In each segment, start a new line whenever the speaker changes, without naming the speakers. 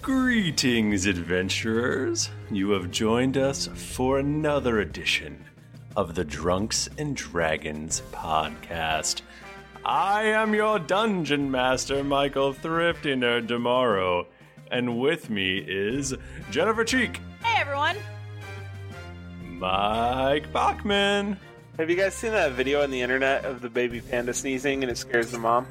Greetings, adventurers. You have joined us for another edition of the Drunks and Dragons podcast. I am your dungeon master, Michael Thrifty Nerd Tomorrow, and with me is Jennifer Cheek,
Hey everyone!
Mike Bachman.
Have you guys seen that video on the internet of the baby panda sneezing and it scares the mom?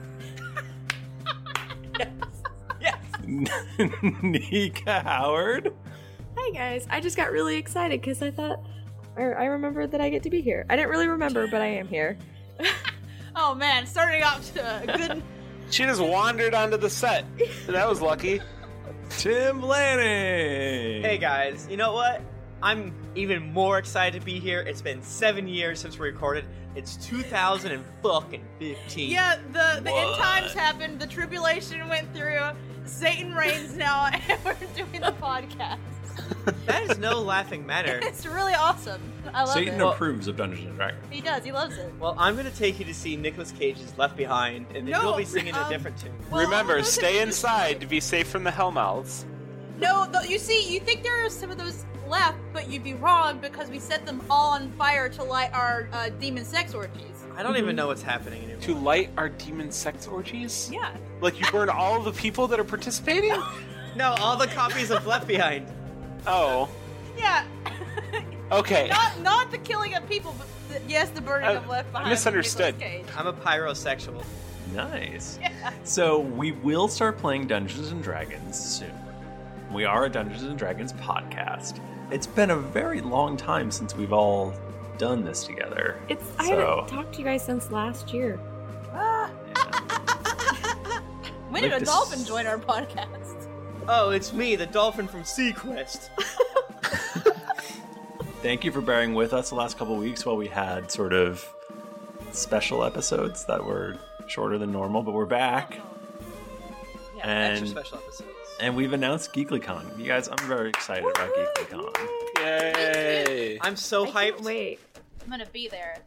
Nika Howard.
Hi guys, I just got really excited because I thought, or I remembered that I get to be here. I didn't really remember, but I am here.
Oh man, starting off to a good.
She just wandered onto the set. That was lucky.
Tim Lanning.
Hey guys, you know what? I'm even more excited to be here. It's been seven years since we recorded. It's 2015.
Yeah, the, the end
What?
times happened, the tribulation went through, Satan reigns now, and we're doing the podcast.
That is no laughing matter.
It's really awesome. I love
Satan
it.
approves of Dungeons and Dragons.
He does, he loves it.
Well, I'm gonna take you to see Nicolas Cage's Left Behind, and then
No,
he'll be singing
um,
a different tune.
Well,
Remember,
those are
stay
the-
inside to be safe from the hellmouths.
No, th- you see, you think there are some of those left, but you'd be wrong because we set them all on fire to light our uh, demon sex orgies.
I don't even know what's happening anymore.
To light our demon sex orgies?
Yeah.
Like you burn all the people that are participating?
No, all the copies of Left Behind.
Oh,
Yeah.
okay.
not, not the killing of people, but the, yes, the burning
I-
of left
I
behind. with
misunderstood.
Nicolas Cage.
I'm a pyrosexual.
Nice. So we will start playing Dungeons and Dragons soon. We are a Dungeons and Dragons podcast. It's been a very long time since we've all done this together.
It's I
so
haven't talked to you guys since last year.
When did
Like
a
this-
dolphin join our podcast?
Oh, it's me, the dolphin from Sequest.
thank you for bearing with us the last couple weeks while we had sort of special episodes that were shorter than normal, but we're back.
Yeah,
And-
extra special episodes.
And we've announced GeeklyCon. You guys, I'm very excited about GeeklyCon.
Yay.
I'm so
I can't
hyped.
wait.
I'm gonna be there.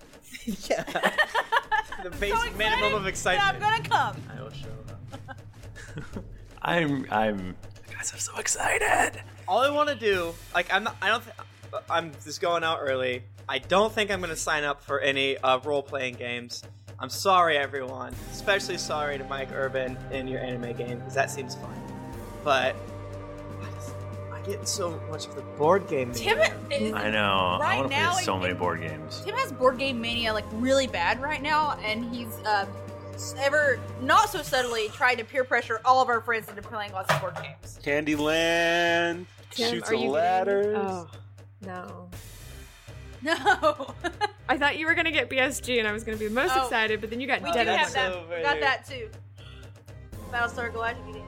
Yeah. the basic
So
minimum of
excited that
excitement.
I'm gonna come.
I will show up.
I'm, I'm, guys, I'm so excited.
All I want to do, like, I'm not, I don't, th- I'm just going out early. I don't think I'm going to sign up for any uh, role playing games. I'm sorry, everyone. Especially sorry to Mike Urban in your anime game, because that seems fun. But I, just- I get so much of the board game.
Tim,
mania.
is,
I know. I
Right
want to
now,
play so
it-
many board games.
Tim has board game mania like really bad right now, and he's uh, ever not so subtly trying to peer pressure all of our friends into playing lots of board games.
Candyland.
Tim,
shoots
are you
of
getting-
ladders.
Oh no.
No,
I thought you were gonna get BSG and I was gonna be the most
Oh.
excited, but then you got
we
Oh,
did
dead.
have
that's
that.
over
We got
there.
that too. Battlestar Galactica. did.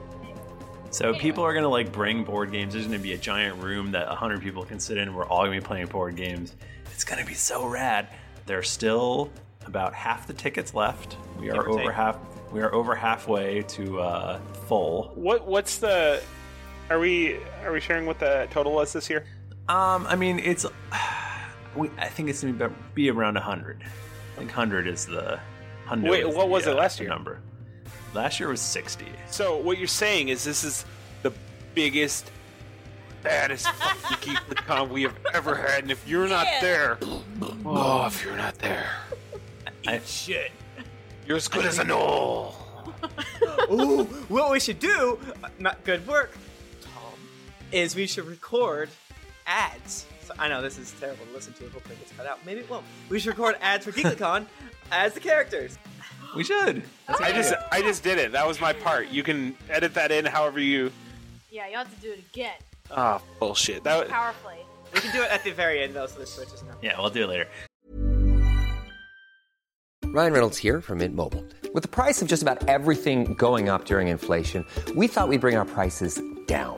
So
Anyway.
people are gonna like bring board games. There's gonna be a giant room that hundred people can sit in. and We're all gonna be playing board games. It's gonna be so rad. There's still about half the tickets left. We
Give
are
or
over
take.
half. We are over halfway to uh, full.
What what's the are we are we sharing what the total was this year?
Um, I mean, it's. We, I think it's gonna be, about- be around hundred. I think hundred is the. 100
Wait,
is
what
the,
was it
uh,
last
the
year?
Number. Last year was sixty.
So what you're saying is this is the biggest, baddest fucking GeeklyCon we have ever had, and if you're not
Yeah.
there, oh, if you're not there,
I-
Shit.
you're as good as a knoll.
Ooh, what we should do, uh, not good work, Tom, is we should record ads. So I know this is terrible to listen to. Hopefully it gets cut out. Maybe it won't. We should record ads for GeeklyCon as the characters.
We should. That's
I just I just did it. That was my part. You can edit that in however you.
Yeah, you have to do it again
Ah, bullshit. That was,
powerfully.
We can do it at the very end though, so the switch is not.
Yeah, we'll do it later.
Ryan Reynolds here from Mint Mobile. With the price of just about everything going up during inflation, we thought we'd bring our prices down.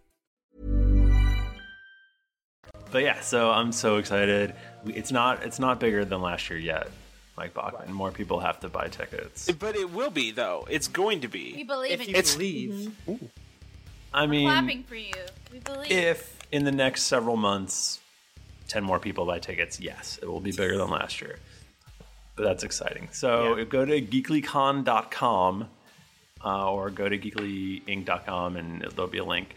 But yeah, so I'm so excited. It's not it's not bigger than last year yet, Mike Bachman. More people have to buy tickets.
But it will be though. It's going to be.
We believe in you.
Mm-hmm.
I mean,
clapping for you. We believe.
if in the next several months, ten more people buy tickets, yes, it will be bigger than last year. But that's exciting. So go to geeklycon.com uh, or go to geeklyinc.com and there'll be a link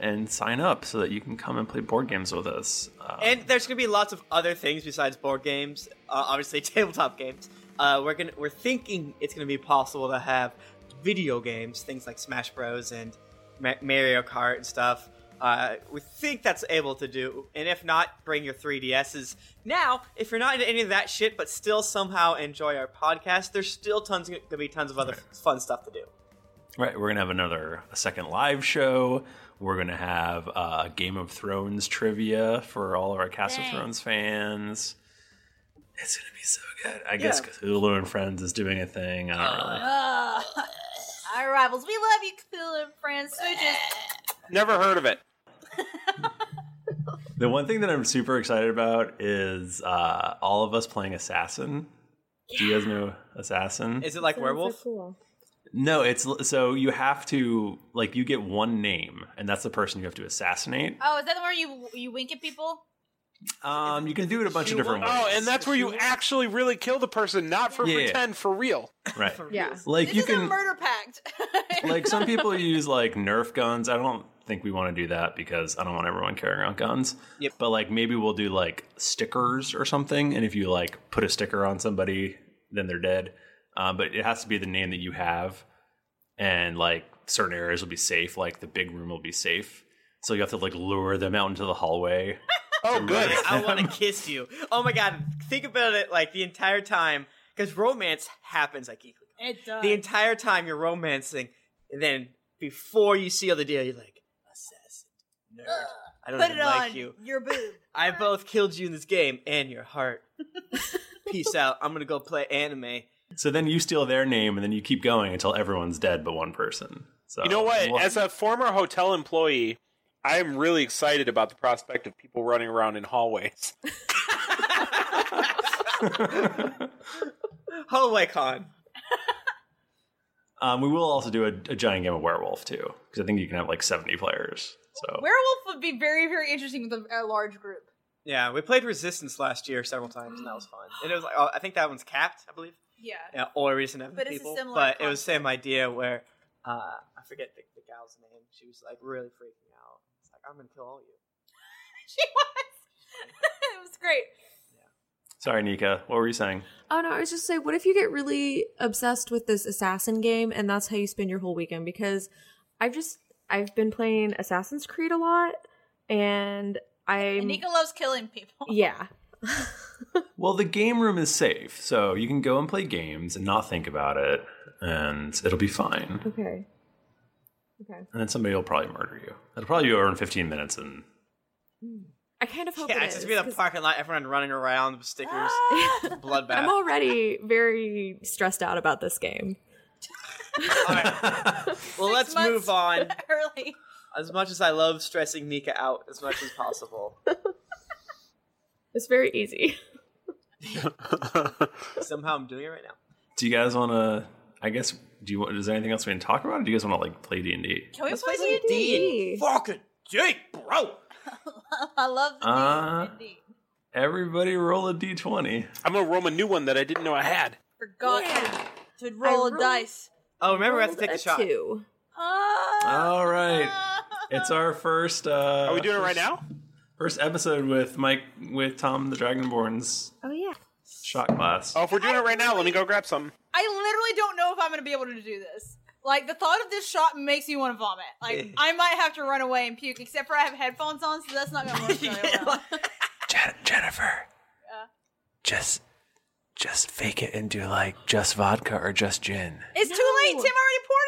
and sign up so that you can come and play board games with us. Uh,
and there's gonna be lots of other things besides board games. Uh, obviously, tabletop games. Uh, we're gonna we're thinking it's gonna be possible to have video games, things like Smash Bros. and Ma- Mario Kart and stuff. Uh, we think that's able to do, and if not, bring your 3DSs. Now, if you're not into any of that shit, but still somehow enjoy our podcast, there's still tons gonna be tons of other fun stuff to do.
Right, we're gonna have another a second live show. We're gonna have uh, Game of Thrones trivia for all of our Cast
Dang.
of Thrones fans. It's gonna be so good. I
Yeah.
guess Cthulhu and Friends is doing a thing. I don't really.
Ah. our rivals, we love you, Cthulhu and friends. Smooches.
Never heard of it.
The one thing that I'm super excited about is uh, all of us playing Assassin. Do you guys know Assassin?
Is it like werewolf?
No, it's so you have to like you get one name, and that's the person you have to assassinate.
Oh, is that the one where you you wink at people?
Um, you can do it a bunch of different ways.
Oh, and that's where you actually really kill the person, not for
Yeah.
pretend, for real.
right.
Yeah.
Like
this
you
is a
can
murder pact.
like some people use like Nerf guns. I don't think we want to do that because I don't want everyone carrying around guns. Yep. But like maybe we'll do like stickers or something, and if you like put a sticker on somebody, then they're dead. Um, but it has to be the name that you have, and like certain areas will be safe. Like the big room will be safe, so you have to like lure them out into the hallway. oh,
good. I want to kiss you. Oh my god, think about it like the entire time because romance happens like
it does.
the entire time you're romancing, and then before you seal the deal, you're like, assassin, nerd. I don't
Put
even
it
like
on
you.
your boob.
I both killed you in this game and your heart. Peace out. I'm gonna go play anime.
So then you steal their name, and then you keep going until everyone's dead but one person. So
You know what?
we'll-
As a former hotel employee, I'm really excited about the prospect of people running around in hallways.
Hallway con.
Um, we will also do a, a giant game of werewolf too, because I think you can have like seventy players. So
Werewolf would be very very interesting with a, a large group.
Yeah, we played Resistance last year several times, and that was fun. And it was like, oh, I think that one's capped, I believe.
Yeah.
Yeah, all recent Evan
But it's a
people.
similar
but it was the same idea where uh, I forget the, the gal's name. She was like really freaking out. It's like I'm gonna kill all you.
She was. it was great.
sorry, Nika, what were you saying?
Oh no, I was just saying, what if you get really obsessed with this assassin game and that's how you spend your whole weekend? Because I've just I've been playing Assassin's Creed a lot, and I
And Nika loves killing people.
yeah
Well, the game room is safe, so you can go and play games and not think about it, and it'll be fine.
okay okay
And then somebody will probably murder you. It'll probably be over in fifteen minutes, and
I kind of hope
Yeah,
it
it's
is.
just be the parking lot, everyone running around with stickers, bloodbath.
I'm already very stressed out about this game.
Well, let's move on.
Early.
As much as I love stressing Nika out as much as possible,
It's very easy.
somehow I'm doing it right now.
Do you guys want to? I guess. Do you want? Is there anything else we can talk about? Or do you guys want to like play D and D?
Can we
Let's
play
play some
D&D?
D&D. Fucking Jake, bro.
I love the
Uh,
D&D.
Everybody roll a D twenty.
I'm gonna roll a new one that I didn't know I had.
Forgot to, to roll a dice.
Oh, remember we have to
Rolled
take
a
a shot.
two. Uh,
All right. It's our first. Uh,
Are we doing it right
first-
now?
First episode with Mike with Tom the Dragonborn's
Oh yeah.
shot glass.
Oh, if we're doing it right now, let me go grab some.
I literally don't know if I'm going to be able to do this. Like the thought of this shot makes me want to vomit. Like I might have to run away and puke. Except for I have headphones on, so that's not going to work. Really well.
Jennifer. Just, just fake it and do like just vodka or just gin.
It's too late. Tim already poured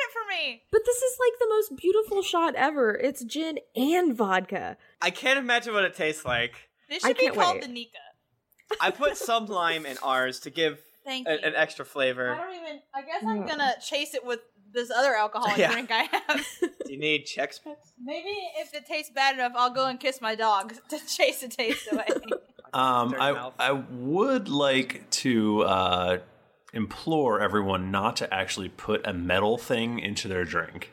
it for me.
But this is like the most beautiful shot ever. It's gin and vodka.
I can't imagine what it tastes like.
This
I
should be
can't
called
wait.
the Nika.
I put some lime in ours to give
Thank
a-
you.
an extra
I
flavor.
don't even. I guess I'm gonna chase it with this other alcoholic
Yeah.
drink I have.
Do you need Chex Mix?
Maybe if it tastes bad enough, I'll go and kiss my dog to chase the taste away.
Um, I, I would like to uh, implore everyone not to actually put a metal thing into their drink.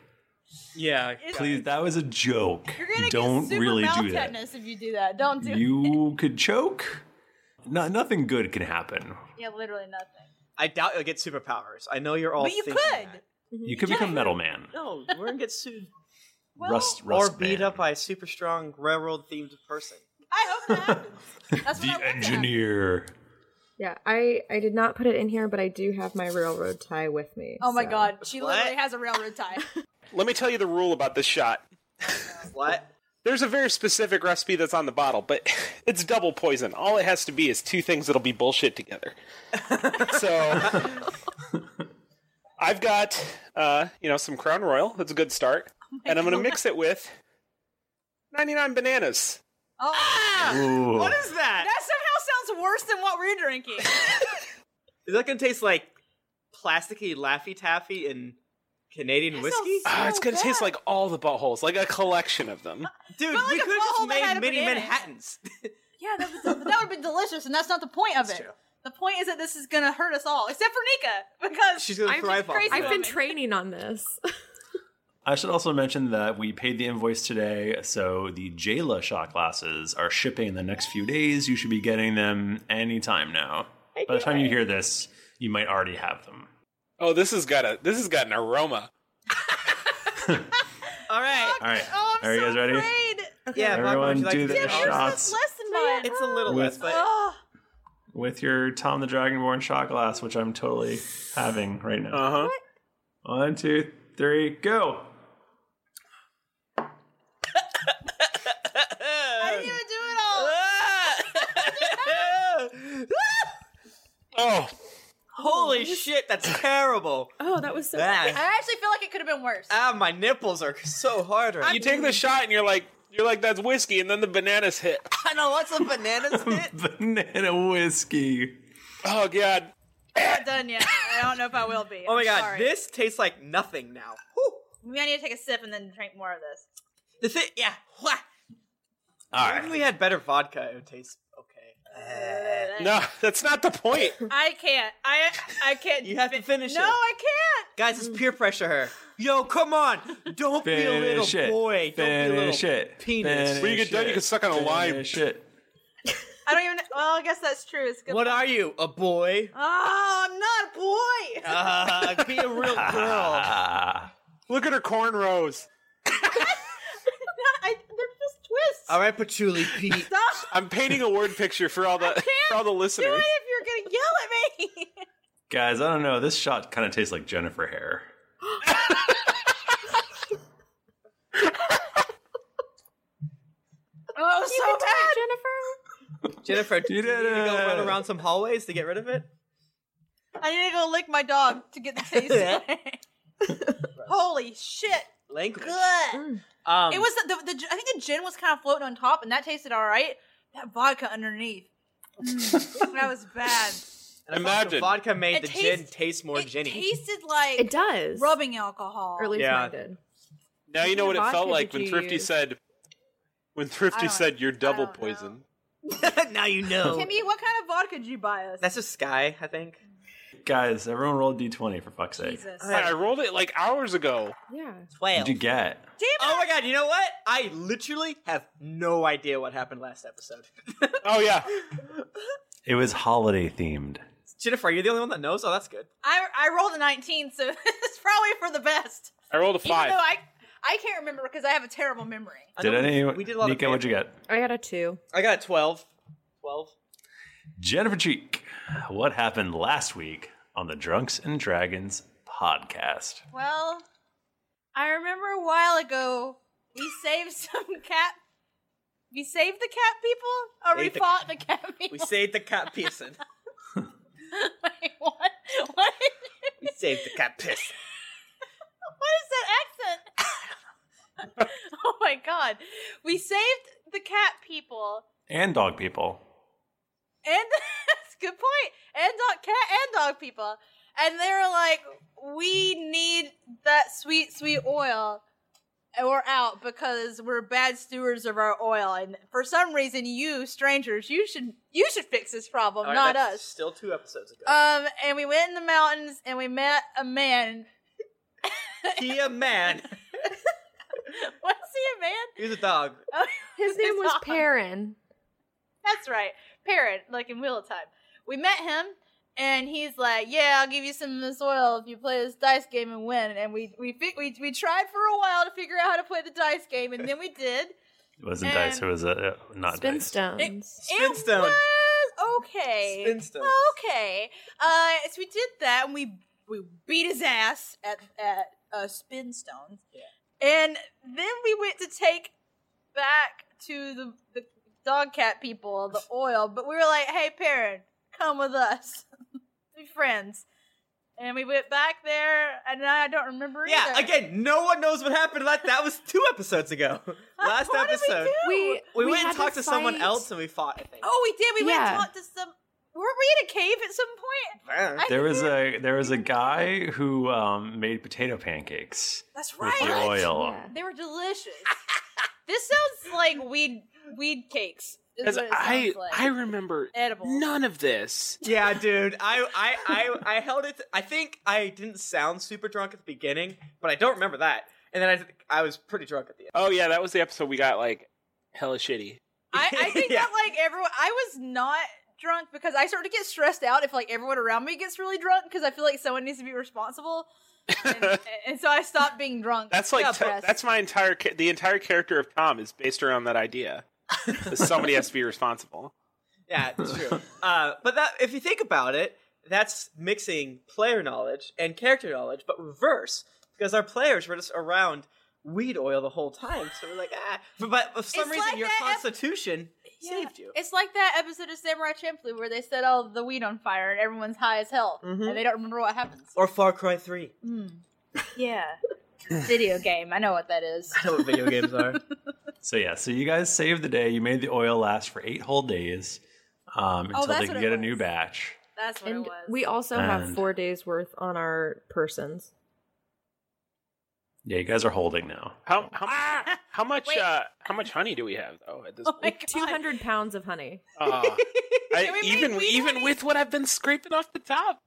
Yeah.
Please, that was a joke.
You're gonna
Don't
get super
really
mouth
do that.
tetanus if you do that. Don't do.
You could choke. No, nothing good can happen.
yeah, literally nothing.
I doubt you'll get superpowers. I know you're all.
But you
thinking
could.
that.
You could become Metal Man.
No, we're gonna get sued
Rust,
or
rust
beat
Band.
up by a super strong railroad themed person.
I hope that happens. That's what I
the
want to happen.
engineer.
Yeah, I I did not put it in here, but I do have my railroad tie with me.
Oh my
so-
god, she
What?
literally has a railroad tie.
Let me tell you the rule about this shot.
What?
There's a very specific recipe that's on the bottle, but it's double poison. All it has to be is two things that'll be bullshit together. so I've got, uh, you know, some Crown Royal. That's a good start, and I'm going to mix it with 99 bananas.
Ooh.
What is that?
Oh. That somehow sounds worse than what we're drinking.
Is that gonna taste like plasticky Laffy Taffy and Canadian whiskey?
Ah, it's going to taste like all the buttholes, like a collection of them.
Dude,
Smell
we
like a
could have
butthole
just
that had
made
a
mini
banana in it.
Manhattans.
Yeah, that would, that would have been delicious, and that's not the point of it.
true.
The point is that this is gonna hurt us all, except for Nika, because
She's gonna
I'm
thrive
just
off
crazy
of it.
I've been
woman.
training on this.
I should also mention that we paid the invoice today, so the Jayla shot glasses are shipping in the next few days. You should be getting them anytime now. By the time you hear this, you might already have them.
Oh, this has got a this has got an aroma.
All right.
All right,
Oh, I'm
are you
so
guys ready?
afraid.
Yeah, Barbara, would
Everyone
you like
do
to
the
take
Tim,
a
yours
shot?
shots.
was less than mine.
It's a little
With-
less, but
Oh,
With your Tom the Dragonborn shot glass, which I'm totally having right now.
Uh huh.
One, two, three, go!
I didn't even do it all.
Oh,
holy shit, that's terrible.
Oh, that was so.
Ah,
I actually feel like it could have been worse.
ah, my nipples are so hard right
you take the shot and you're like you're like that's whiskey, and then the bananas hit.
I know what's a banana spit.
Banana whiskey.
Oh god.
I'm not done yet. I don't know if I will be.
Oh my
I'm
god,
sorry.
this tastes like nothing now. Whew.
Maybe I need to take a sip and then drink more of this.
The thing, yeah. Wah.
All
If
right.
we had better vodka, it would taste okay.
Uh,
No, that's not the point.
I can't. I I can't.
You have to finish
no,
it.
I can't.
Guys, it's peer pressure her. Yo, come on! Don't be a little
Finish it.
boy. Don't be a
Finish
little
it.
penis.
Finish
When you get done,
it.
you can suck on a lime.
Finish it.
I don't even. Well, I guess that's true. It's good.
What are you, a boy?
Oh, I'm not a
Uh,
boy.
be a real girl.
Ah.
Look at her cornrows.
I, they're just twists.
All right, Patchouli Pete.
Stop
I'm painting a word picture for all the for all the
doing
listeners.
it if you're gonna yell at me.
Guys, I don't know. This shot kind of tastes like Jennifer hair.
oh, so bad.
Jennifer, do you need
did
to go
it.
run around some hallways to get rid of it?
I need to go lick my dog to get the taste. away. Holy shit!
Language.
Good.
Um,
it was the, the, the I think the gin was kind of floating on top, and that tasted all right. That vodka underneath, Mm, that was bad.
and imagine vodka made
It
the
tastes-
gin taste more ginny.
Tasted like it does rubbing alcohol, or at
least Yeah. mine did. Now you know what it
Vodka
felt like
did
when
you
Thrifty
use?
said, when Thrifty said, "You're double poison."
now you know.
Timmy, what kind of vodka did you buy us?
That's a sky, I think.
Guys, everyone roll d20 for fuck's sake.
Jesus.
I rolled it like hours ago.
Yeah.
Twelve.
What'd you get?
Oh my god! You know what? I literally have no idea what happened last episode.
oh yeah.
It was holiday themed.
Jennifer, you're the only one that knows. Oh, that's good.
I I rolled a 19, so it's probably for the best.
I rolled a
Even though I I can't remember because I have a terrible memory.
Did anyone?
we did a lot of
Nico, what'd you get?
I got a two.
I got a twelve. Twelve.
Jennifer Cheek, what happened last week on the Drunks and Dragons podcast?
Well, I remember a while ago we saved some cat. We saved the cat people, or we
Saved the-
fought the cat people.
We saved the cat person.
Wait, what? What?
we saved the cat piss.
What is that accent? oh my god. We saved the cat people
And dog people.
and that's a good point. And dog cat and dog people. And they were like, We need that sweet, sweet oil. And we're out because we're bad stewards of our oil. And for some reason you, strangers, you should you should fix this problem,
All right,
not
that's
us.
Still two episodes ago.
Um and we went in the mountains and we met a man.
he a man.
Was he a man?
He's a dog.
His name was Perrin.
That's right. Parrot, like in Wheel of Time. We met him, and he's like, "Yeah, I'll give you some of this oil if you play this dice game and win." And we we fi- we, we tried for a while to figure out how to play the dice game, and then we did.
It wasn't
And-
dice, it was a, uh, not dice.
It, it
Spinstone.
was okay.
Spinstone.
Okay. Uh, so we did that, and we we beat his ass at at uh, Spinstone. Yeah. And then we went to take back to the, the dog cat people the oil, but we were like, "Hey, Perrin, come with us, be friends." And we went back there, and I don't remember
Yeah.
either.
Again, no one knows what happened. That that was two episodes ago. Last
What did we
episode,
do? We- we
went
had
and
to
talked to, someone
fight-
else and we fought. I think.
Oh, we did. We went
Yeah.
and talked to some. Weren't we in a cave at some point? I
There was
think-
a there was a guy who um, made potato pancakes.
That's
with
right.
the oil.
They were delicious. this sounds like weed weed cakes. Is
Because
what it
I
sounds like.
I remember
Edible.
none of this.
Yeah, dude. I I I, I held it. I think I didn't sound super drunk at the beginning, but I don't remember that. And then I th- I was pretty drunk at the end.
Oh yeah, that was the episode we got like hella shitty.
I, I think that like everyone, I was not drunk because I start to get stressed out if like everyone around me gets really drunk because I feel like someone needs to be responsible, and, and so I stopped being drunk.
That's like
Yeah,
t-
but-
that's my entire ca- the entire character of Tom is based around that idea. That Somebody has to be responsible.
Yeah, it's true. uh, but that if you think about it, that's mixing player knowledge and character knowledge, but reverse because our players were just around weed oil the whole time. So we're like, ah. But, but for some
It's
reason,
like
your
that ep-
constitution saved you.
It's like that episode of Samurai Champloo where they set all the weed on fire and everyone's high as hell
Mm-hmm.
Mhm.
and they don't remember what happens.
Or Far Cry Three.
Mm. Yeah, video game. I know what that is.
I know what video games are.
So yeah, so you guys saved the day. You made the oil last for eight whole days um,
Oh,
until
that's
they
what
could
it
get a new batch.
That's what
and
it was.
we also
And-
have four days worth on our persons.
Yeah, you guys are holding now.
How how,
Ah,
how much uh, how much honey do we have though at
Oh
this point?
Two hundred pounds of honey.
Ah.
Uh, I- even even with what I've been scraping off the top,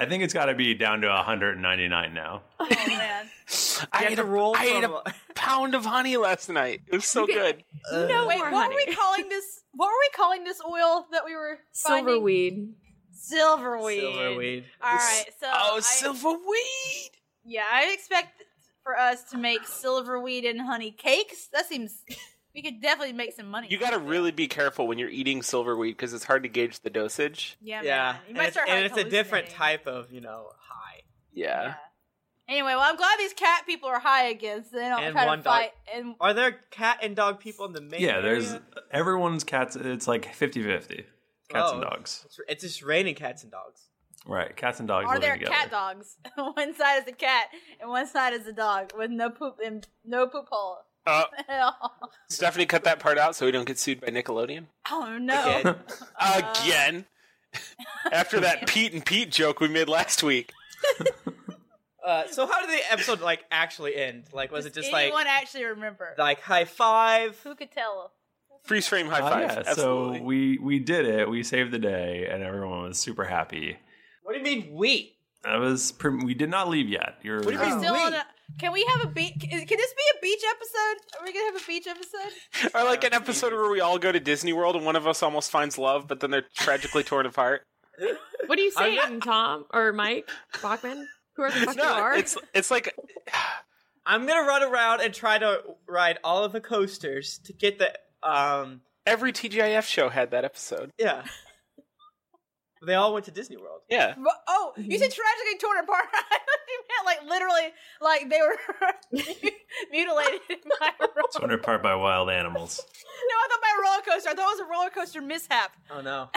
I think it's got to be down to 199 now.
Oh,
I ate a roll. I ate
from-
a pound of honey last night. It was so good. Uh,
Wait, what were we calling this? What were we calling this oil that we were finding?
Silverweed.
Silverweed.
Silverweed.
All right, so
oh,
I-
silverweed.
Yeah, I expect for us to make silverweed and honey cakes. That seems we could definitely make some money.
You got to really be careful when you're eating silverweed because it's hard to gauge the dosage.
yeah,
yeah,
Man. You
and,
might
it's,
start
and
like,
it's a different
hallucinating.
type of you know high.
Yeah.
Anyway, well, I'm glad these cat people are high again, so they don't
And
try
one
to
dog.
fight. And
Are there cat and dog people in the main?
Yeah, there's
area?
everyone's cats. It's like 50 50. Cats and
Oh,
dogs.
It's, it's just raining cats and dogs.
Right. Cats and dogs
are
living
there
together.
cat dogs? one side is a cat, and one side is a dog with no poop and no poop hole.
Uh,
Hell.
Stephanie cut that part out so we don't get sued by Nickelodeon.
Oh no.
Again. Again. After that Pete and Pete joke we made last week.
Uh, so how did the episode like actually end? Like, was it just like
Anyone actually remember?
like high five?
Who could tell?
Freeze frame high
Uh,
five.
yeah,
Absolutely.
so we we did it. We saved the day, and everyone was super happy.
What do you mean we?
That was pre- we did not leave yet. You're
What do you
We're still on a, can we have a beach? Can this be a beach episode? Are we gonna have a beach episode?
or like an episode where we all go to Disney World and one of us almost finds love, but then they're tragically torn apart.
What are you saying, Tom or Mike Bachman? Who are the fuck you are?
It's it's like
I'm gonna run around and try to ride all of the coasters to get the um.
every TGIF show had that episode.
Yeah. They all went to Disney World.
Yeah.
But- Oh, you said tragically torn apart. I thought you meant like literally, like they were mutilated in my roller.
torn apart by wild animals.
No, I thought by a roller coaster. I thought it was a roller coaster mishap.
Oh no.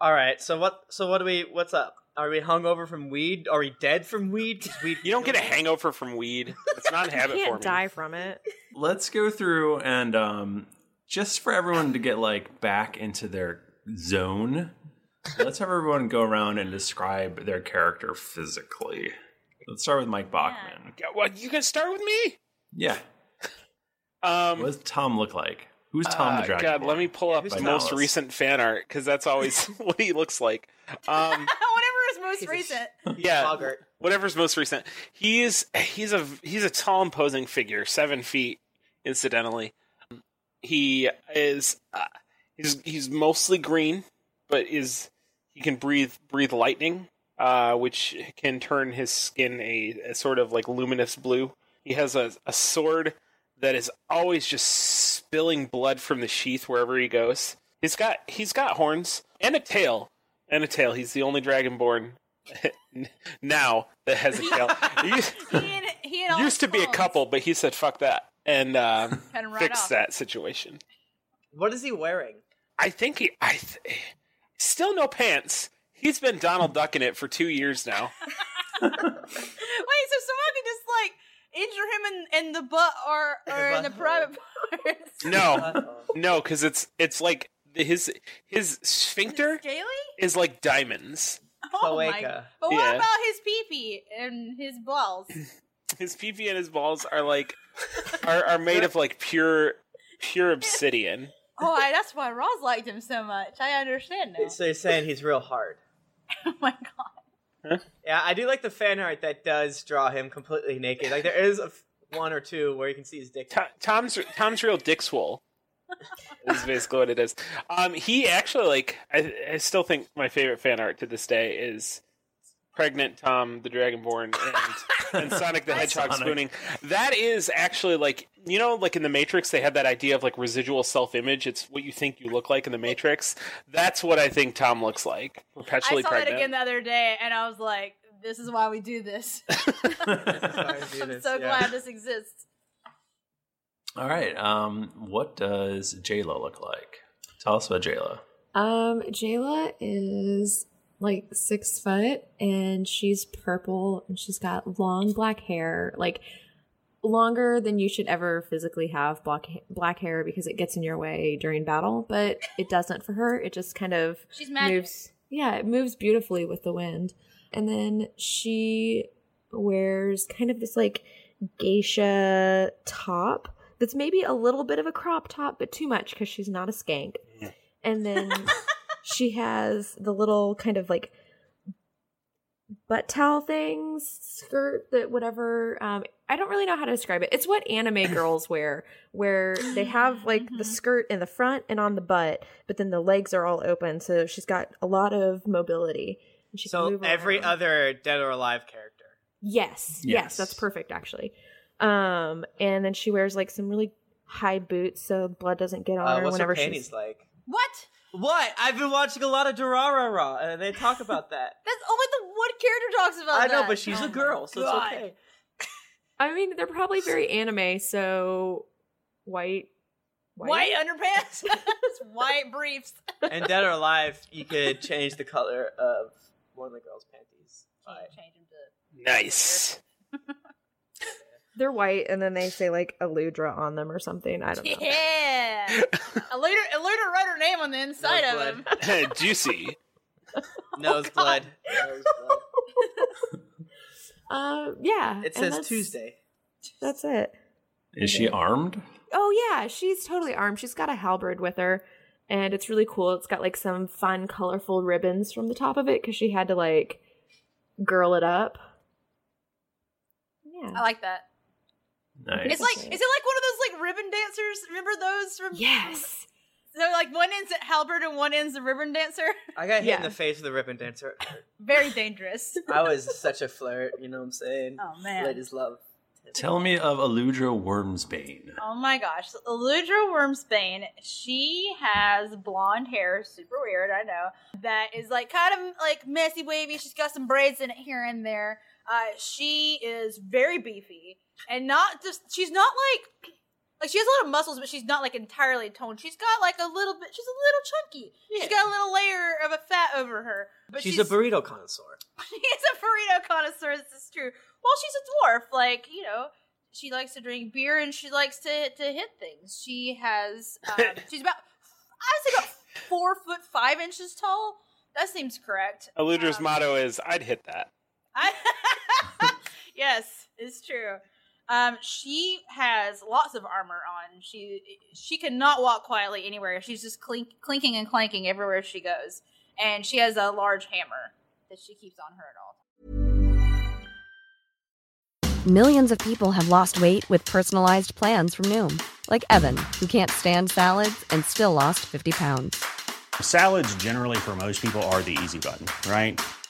All right. So what? So what do we? What's up? Are we hungover from weed? Are we dead from weed? 'Cause weed
You don't get a hangover from weed. It's not a
You
habit for me.
can't die from it.
Let's go through and um, just for everyone to get like back into their zone. Let's have everyone go around and describe their character physically. Let's start with Mike Bachman.
Yeah, well, you can start with me.
Yeah.
Um,
What does Tom look like? Who's Tom
Ah,
the Dragon?
God, let me pull up
Who's
the
Tom?
most recent fan art because that's always what he looks like. Um,
Whatever is most recent.
yeah,
Hoggart.
whatever's most recent. He's he's a he's a tall, imposing figure, seven feet. Incidentally, he is uh, he's he's mostly green, but is he can breathe breathe lightning, uh, which can turn his skin a, a sort of like luminous blue. He has a, a sword that is always just spilling blood from the sheath wherever he goes. He's got he's got horns and a tail and a tail. He's the only dragonborn now that has a tail. He used-
He and he and all
used to be a couple, but he said fuck that and um,
Cut him right
fixed
off.
that situation.
What is he wearing?
I think he. I th- still no pants. He's been Donald Ducking it for two years now.
Wait, so someone could just like injure him in, in the butt or or in the private parts.
No, no, because it's it's like his his sphincter
Scaly?
is like diamonds.
Oh my
Cloaca.
But what
Yeah.
about his pee pee and his balls?
His pee pee and his balls are like are are made of like pure pure obsidian.
Oh, I, that's why Roz liked him so much. I understand now.
So he's saying he's real hard.
Oh my god.
Yeah, I do like the fan art that does draw him completely naked. Like there is a f- one or two where you can see his dick.
To- Tom's Tom's real dick swole. is basically what it is. Um, he actually like I, I still think my favorite fan art to this day is pregnant Tom the Dragonborn and, and Sonic the Hedgehog
Sonic.
spooning. That is actually like you know like in the Matrix they had that idea of like residual self image. It's what you think you look like in the Matrix. That's what I think Tom looks like
I
perpetually
saw
pregnant.
that again the other day, and I was like, "This is why we do this."
Sorry to do
I'm
this,
so
yeah.
glad this exists.
All right. Um, what does J Lo look like? Tell us about J Lo.
Um, Jayla is like six foot and she's purple and she's got long black hair, like longer than you should ever physically have black black hair because it gets in your way during battle, but it doesn't for her. It just kind of
She's magic.
moves. Yeah, it moves beautifully with the wind. And then she wears kind of this like geisha top that's maybe a little bit of a crop top, but too much because she's not a skank. And then she has the little kind of like butt towel things, skirt that whatever. Um, I don't really know how to describe it. It's what anime girls wear, where they have like the
Mm-hmm.
skirt in the front and on the butt, but then the legs are all open, so she's got a lot of mobility. And she can
So
move
every
around.
other dead or alive character.
Yes, yes,
Yes.
that's perfect actually. Um, and then she wears like some really high boots so blood doesn't get on
Uh,
her
what's her
whenever
panties
she's.
like?
What?
What? I've been watching a lot of Durarara, and they talk about that.
That's only the one character talks about.
I know,
that.
but she's
Oh
a
my
girl, so it's
God.
okay.
I mean, they're probably very anime, so white, white,
White underpants, Just white briefs.
And dead or alive, you could change the color of one of the girls' panties. by- uh,
Change him to
nice.
They're white, and then they say like Aludra on them or something. I don't know.
Yeah. Eludra, Eludra wrote her name on the inside of him.
Juicy.
Nose blood.
Um, yeah.
It
and
says
that's-
Tuesday.
That's it.
Is she armed?
Oh yeah, she's totally armed. She's got a halberd with her, and it's really cool. It's got like some fun, colorful ribbons from the top of it because she had to like girl it up. Yeah.
I like that.
Nice.
It's like, is it like one of those like ribbon dancers? Remember those from?
Yes.
So like one end's at halberd and one end's a ribbon dancer.
I got hit in the face with a ribbon dancer.
Very dangerous.
I was such a flirt, you know what I'm saying?
Oh, man.
Ladies love.
Tell me of Aludra Wormsbane.
Oh my gosh. So Eludra Wormsbane, she has blonde hair, super weird, I know, that is like kind of like messy wavy. She's got some braids in it here and there. Uh, she is very beefy and not just, she's not like, like she has a lot of muscles, but she's not like entirely toned. She's got like a little bit, she's a little chunky. She's got a little layer of a fat over her. But
she's, a burrito connoisseur.
She's a burrito connoisseur. This is true. Well, she's a dwarf. Like you know, she likes to drink beer and she likes to to hit things. She has. Um, she's about. I would say about four foot five inches tall. That seems correct.
Eludra's motto is I'd hit that.
Yes, it's true. Um, she has lots of armor on. She she cannot walk quietly anywhere. She's just clink, clinking and clanking everywhere she goes, and she has a large hammer that she keeps on her at all.
Millions of people have lost weight with personalized plans from Noom, like Evan, who can't stand salads and still lost 50 pounds.
Salads, generally, for most people, are the easy button, right?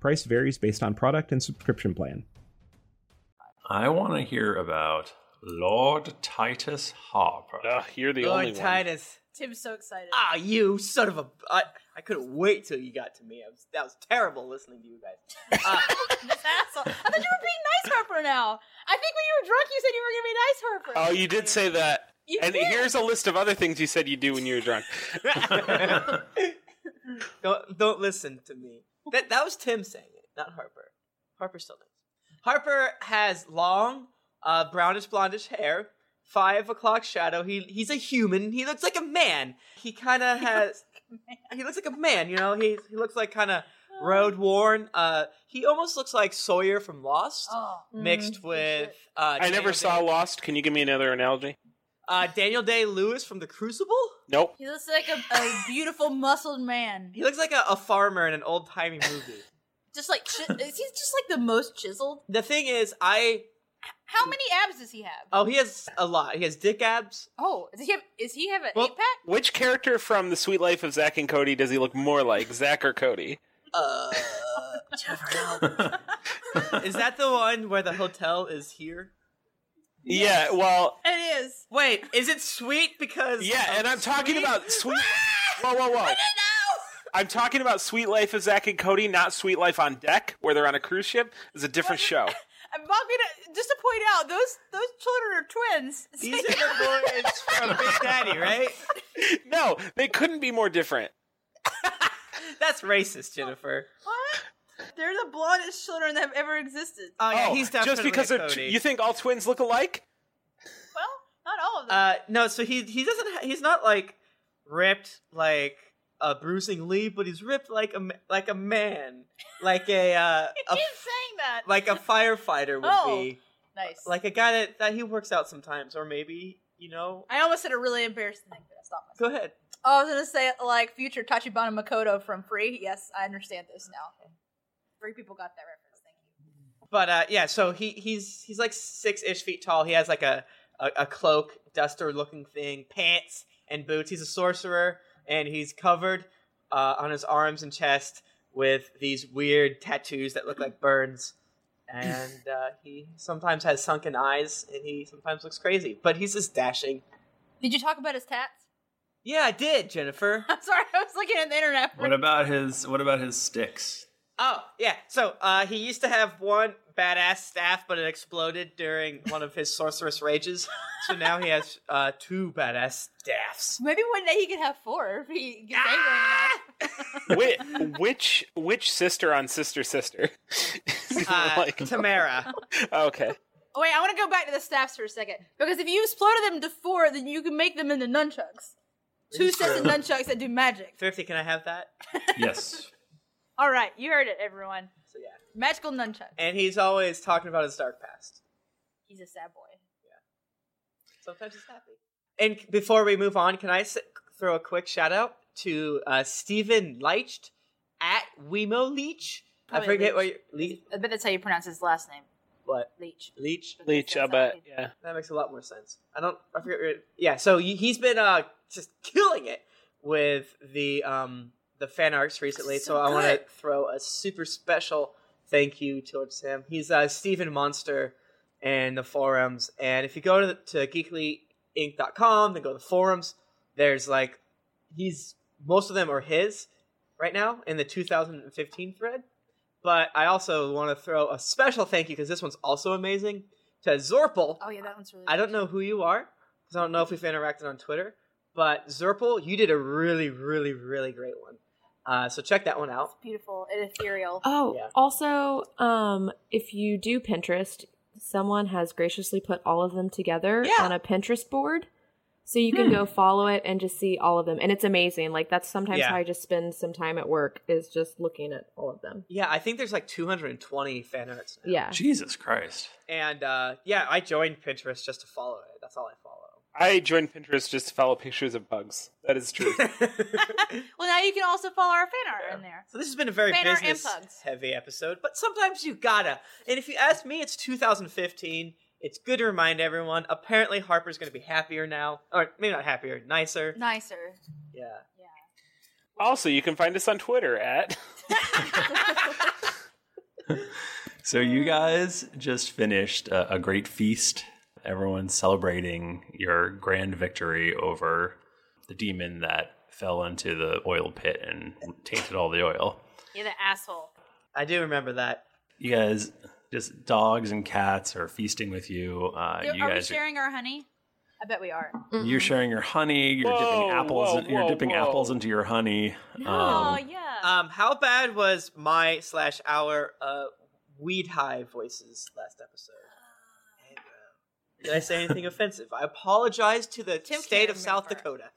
Price varies based on product and subscription plan.
I want to hear about Lord Titus Harper.
you're
Lord Titus.
Tim's so excited.
Ah, you son of a! I, I couldn't wait till you got to me. I was, that was terrible listening to you guys.
asshole. I thought you were being nice, Harper. Now I think when you were drunk, you said you were gonna be nice, Harper.
Oh, you did say that.
You
and
did.
here's a list of other things you said you do when you were drunk.
don't don't listen to me. That that was Tim saying it, not Harper. Harper's still nice. Harper has long, uh, brownish blondish hair, five o'clock shadow. He he's a human. He looks like a man. He kind of has. He looks like a man. Oh. You know, he he looks like kind of road worn. Uh, he almost looks like Sawyer from Lost, mixed with. Uh,
I never
Daniel
saw
Day-
Lost. Can you give me another analogy?
Uh, Daniel Day Lewis from The Crucible.
Nope.
He looks like a, a beautiful muscled man.
He looks like a, a farmer in an old timey movie.
Just like chi- is he just like the most chiseled?
the thing is, I
How many abs does he have?
oh he has a lot. He has dick abs.
Oh, does he have? Is he have an
Well-
eight pack?
Which character from The Sweet Life of Zack and Cody does he look more like, Zack or Cody?
Uh, is that the one where the hotel is here?
Yeah, well,
It is.
Wait, is it sweet because?
yeah,
of
and I'm talking
Sweet?
about Sweet. whoa, whoa, whoa! I'm talking about Sweet Life of Zack and Cody, not Sweet Life on Deck, where they're on a cruise ship. It's a different show.
I'm not gonna just to point out those those children are twins.
These are the boys from Big Daddy, right?
No, they couldn't be more different.
That's racist, Jennifer.
What? They're the blondest children that have ever existed. Uh,
Oh yeah,
Oh,
he's
just
definitely
because
a
they're tw-
Cody.
you think all twins look alike?
Well, not all of them.
Uh, no, so he he doesn't. Ha- he's not like ripped like uh, bruising Lee, but he's ripped like a ma- like a man, like a uh, a
Keep saying that.
like a firefighter would
Oh.
be,
nice.
like a guy that that he works out sometimes, or maybe you know.
I almost said a really embarrassing thing, but I stopped myself.
Go ahead.
Oh, I was gonna say like future Tachibana Makoto from Free. Yes, I understand this now. Three people got that reference. Thank you.
But uh, yeah, so he he's he's like six ish feet tall. He has like a, a a cloak, duster looking thing, pants and boots. He's a sorcerer, and he's covered uh, on his arms and chest with these weird tattoos that look like burns. And uh, he sometimes has sunken eyes, and he sometimes looks crazy. But he's just dashing.
Did you talk about his tats?
Yeah, I did, Jennifer.
I'm sorry, I was looking at the internet. For
What about his what about his sticks?
Oh, yeah. So uh, he used to have one badass staff, but it exploded during one of his sorceress rages. So now he has uh, two badass staffs.
Maybe one day he could have four if he gets angry enough.
Whi which which sister on Sister Sister?
Uh, Tamara.
Okay.
Oh, wait, I want to go back to the staffs for a second because if you exploded them to four, then you can make them into nunchucks. Two
This is
sets of
true.
nunchucks that do magic.
Thrifty, can I have that?
Yes.
All right, you heard it, everyone.
So yeah.
Magical nunchuck.
And he's always talking about his dark past.
He's a sad boy.
Sometimes he's happy. And c- before we move on, can I s- throw a quick shout out to uh, Stephen Leitch at Wemo Leach? I
Probably
forget
Leach.
what you're. Leach?
I bet that's how you pronounce his last name,
What?
Leech.
Leach?
Leech, I bet. Yeah.
That makes a lot more sense. I don't. I forget. where it- Yeah. So he- he's been uh just killing it with the um the fan arcs recently. So,
So
I want to
good.
throw a super special thank you towards him. He's uh Stephen Monster and the forums. And if you go to, to geeklyinc.com, then go to the forums. There's like he's most of them are his right now in the 2015 thread. But I also want to throw a special thank you because this one's also amazing to Zorpal.
Oh yeah, that one's really.
I don't know who you are because I don't know if we've interacted on Twitter. But Zerpal, you did a really, really, really great one. Uh, so check that one out.
beautiful and ethereal.
Oh,
Yeah.
also, um, if you do Pinterest, someone has graciously put all of them together
Yeah. Hmm.
on a Pinterest board. So you can go follow it and just see all of them. And it's amazing. Like that's sometimes
Yeah.
how I just spend some time at work is just looking at all of them.
Yeah, I think there's like 220 fan arts now.
Yeah.
Jesus Christ.
And uh, yeah, I joined Pinterest just to follow it. That's all I follow.
I joined Pinterest just to follow pictures of bugs. That is true.
Well, now you can also follow our fan art in there.
So this has been a very
Fan art and
business
pugs.
heavy episode, but sometimes you gotta. And if you ask me, it's 2015. It's good to remind everyone. Apparently, Harper's gonna be happier now, or maybe not happier, nicer.
Nicer.
Yeah.
also, you can find us on Twitter at
So you guys just finished a, a great feast. Everyone's celebrating your grand victory over the demon that fell into the oil pit and tainted all the oil.
You're the asshole.
I do remember that.
You guys, just dogs and cats are feasting with you. Uh,
Do-
you
are
guys
we sharing our honey? Mm-hmm. I bet we are.
You're sharing your honey. You're dipping
Whoa,
apples.
whoa,
in- you're
whoa,
dipping
whoa.
apples into your honey.
oh
Um,
yeah.
Um, how bad was my slash our uh, weed high voices last episode?
Uh,
Hey, bro. Did I say anything offensive? I apologize to the state of South Dakota.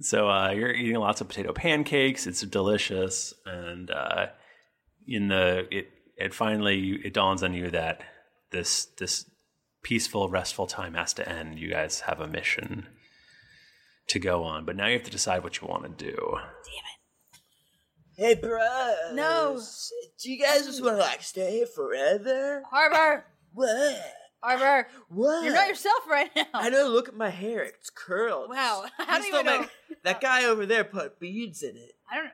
So uh, you're eating lots of potato pancakes. It's delicious, and uh, in the it it finally it dawns on you that this this peaceful, restful time has to end. You guys have a mission to go on, but now you have to decide what you want to do.
Hey, bruh. No. Do you guys just want to, like, stay here forever? Harbor. What? Harbor. What?
You're not yourself right now.
I know. Look at my hair. It's curled.
Wow. How do
Please
you
don't
know?
make- That guy over there put beads in it.
I don't.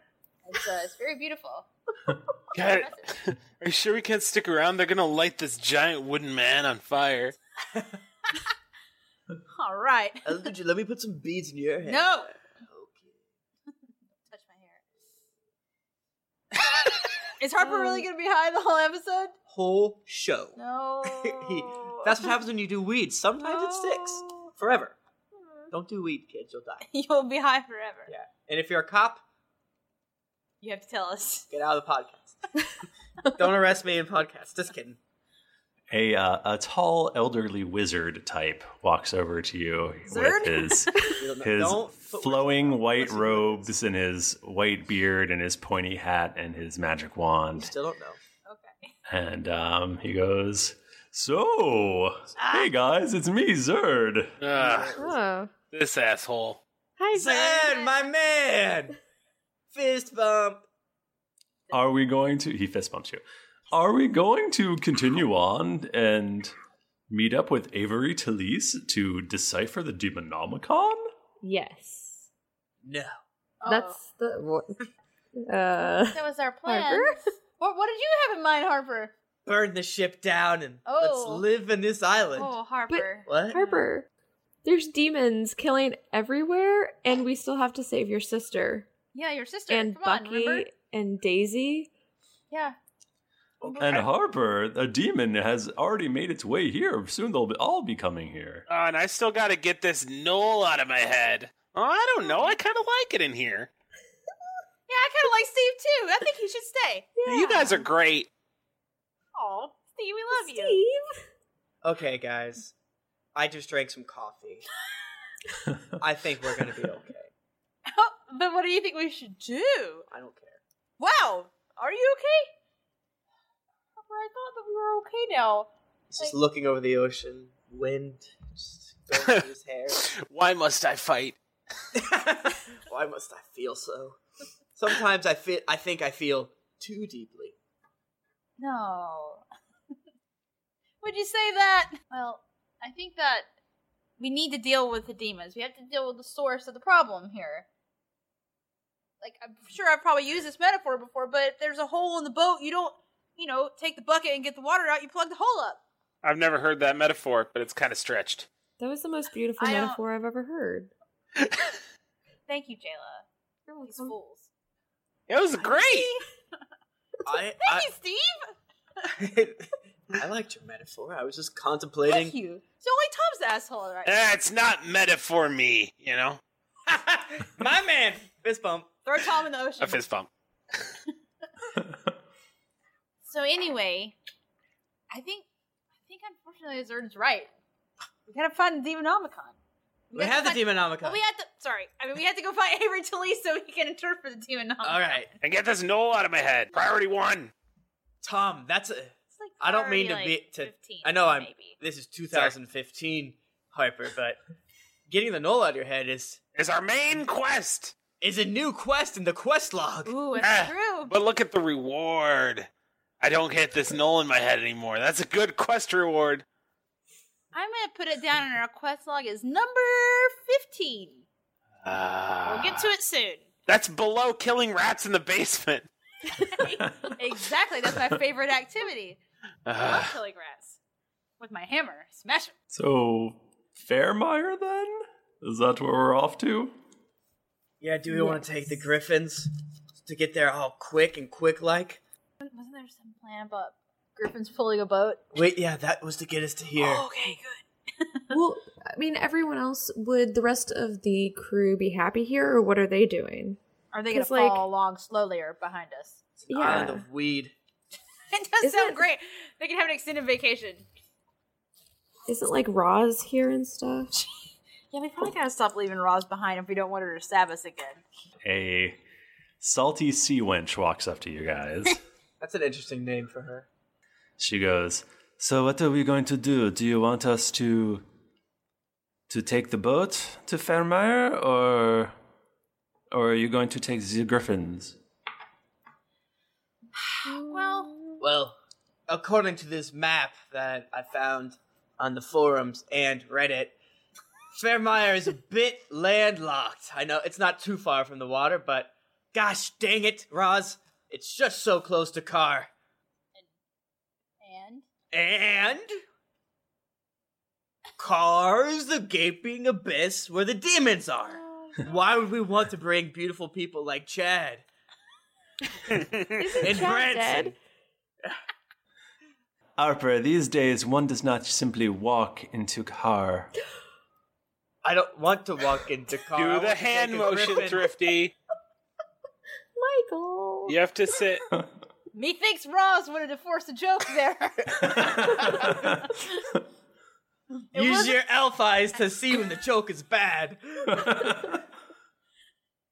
It's, uh, it's very beautiful.
God, are you sure we can't stick around? They're gonna light this giant wooden man on fire.
All right.
Uh, Look at you. Let me put some beads in your hair.
No. Is Harper really gonna be high the whole episode?
Whole show.
No.
He- that's what happens when you do weed. Sometimes it sticks forever. Don't do weed, kids. You'll die.
You'll be high forever. Yeah.
And if you're a cop,
You have to tell us.
get out of the podcast. Don't arrest me in podcasts. Just kidding.
A uh, a tall, elderly wizard type walks over to you with
Zerd?
his
Don't-
his
don't
flowing white robes and his white beard and his pointy hat and his magic wand.
Still don't know.
And um, he goes, So, hey guys, it's me, Zerd.
Oh.
Ah, this asshole.
Hi,
Zed, my man. Fist bump.
Are we going to. He fist bumps you. Are we going to continue on and meet up with Avery Talese to decipher the Demonomicon?
Yes.
No.
That's the. wha- Uh,
That was our plan.
Harper?
What, what did you have in mind, Harper?
Burn the ship down and
Oh.
let's live in this island.
Oh, Harper.
What?
Harper, there's demons killing everywhere, and we still have to save your sister.
Yeah, your sister.
and
Come on,
Bucky
remember?
and Daisy.
Yeah.
And Harper, a demon, has already made its way here. Soon they'll be- all be coming here.
Oh, and I still gotta get this knoll out of my head. Oh, I don't know. I kind of like it in here.
Yeah, I kind of like Steve too. I think he should stay.
You guys are great.
Oh, Steve, we love you.
Okay, guys. I just drank some coffee. I think we're gonna be okay.
Oh, but what do you think we should do?
I don't care.
Wow, are you okay? Harper, I thought that we were okay now.
It's just looking over the ocean, wind just going through his hair.
Why must I fight?
Why must I feel so? Sometimes I fit. I think I feel too deeply.
No. Would you say that? Well, I think that we need to deal with the demons. We have to deal with the source of the problem here. Like, I'm sure I've probably used this metaphor before, but if there's a hole in the boat, you don't, you know, take the bucket and get the water out, you plug the hole up.
I've never heard that metaphor, but it's kind of stretched.
That was the most beautiful
I don't-
metaphor I've ever heard.
Thank you, Jayla. These fools.
It was great.
I,
Thank
I,
you, Steve!
I liked your metaphor. I was just contemplating.
Thank you. It's only Tom's the asshole, right?
Eh, it's not metaphor me, you know.
My man, fist bump.
Throw Tom in the ocean.
A fist bump.
So anyway, I think I think unfortunately Zerd's right. We gotta find the Demonomicon.
We have the Demonomicon.
But we had to. Sorry, I mean we had to go find Avery Tilly so he can interpret the Demonomicon.
All right,
and get this knoll out of my head. Priority one.
Tom, that's a. I don't mean to
already,
be
like,
to.
15,
I know I'm. This is 2015. Harper, but getting the knoll out of your head is
is our main quest.
Is a new quest in the quest log.
Ooh, it's
Ah.
true.
But look at the reward. I don't get this null in my head anymore. That's a good quest reward.
I'm gonna put it down in our quest log as number fifteen. We'll
Ah.
get to it soon.
That's below killing rats in the basement.
exactly, that's my favorite activity. I love
Ah.
killing rats with my hammer. Smash 'em.
So, Fairmire then? Is that where we're off to?
Yeah, do we want to take the griffins to get there all quick and quick like?
Wasn't there some plan about Griffin's pulling a boat?
Wait, yeah, that was to get us to here.
okay,
well, I mean, everyone else would the rest of the crew be happy here, or what are they doing?
Are they gonna
'Cause, like-
fall along slowly or behind us?
Island of weed.
it does sound great. They can have an extended vacation.
Isn't like Roz here and stuff?
Yeah, we probably gotta stop leaving Roz behind if we don't want her to stab us again.
A salty sea wench walks up to you guys.
That's an interesting name for her.
she goes, "So what are we going to do? Do you want us to to take the boat to Fairmire, or or are you going to take the griffins?"
well,
Well, according to this map that I found on the forums and Reddit, Fairmire is a bit landlocked. I know it's not too far from the water, but gosh dang it, Roz, it's just so close to Carr.
and
And Car's the gaping abyss where the demons are. Why would we want to bring beautiful people like Chad? and
Chad
Branson.
dead?
Harper, these days one does not simply walk into car.
I don't want to walk into car.
Do the hand motion, Thrifty.
Michael.
You have to sit.
Methinks Roz wanted to force a joke there.
Use your elf eyes to see when the joke is bad.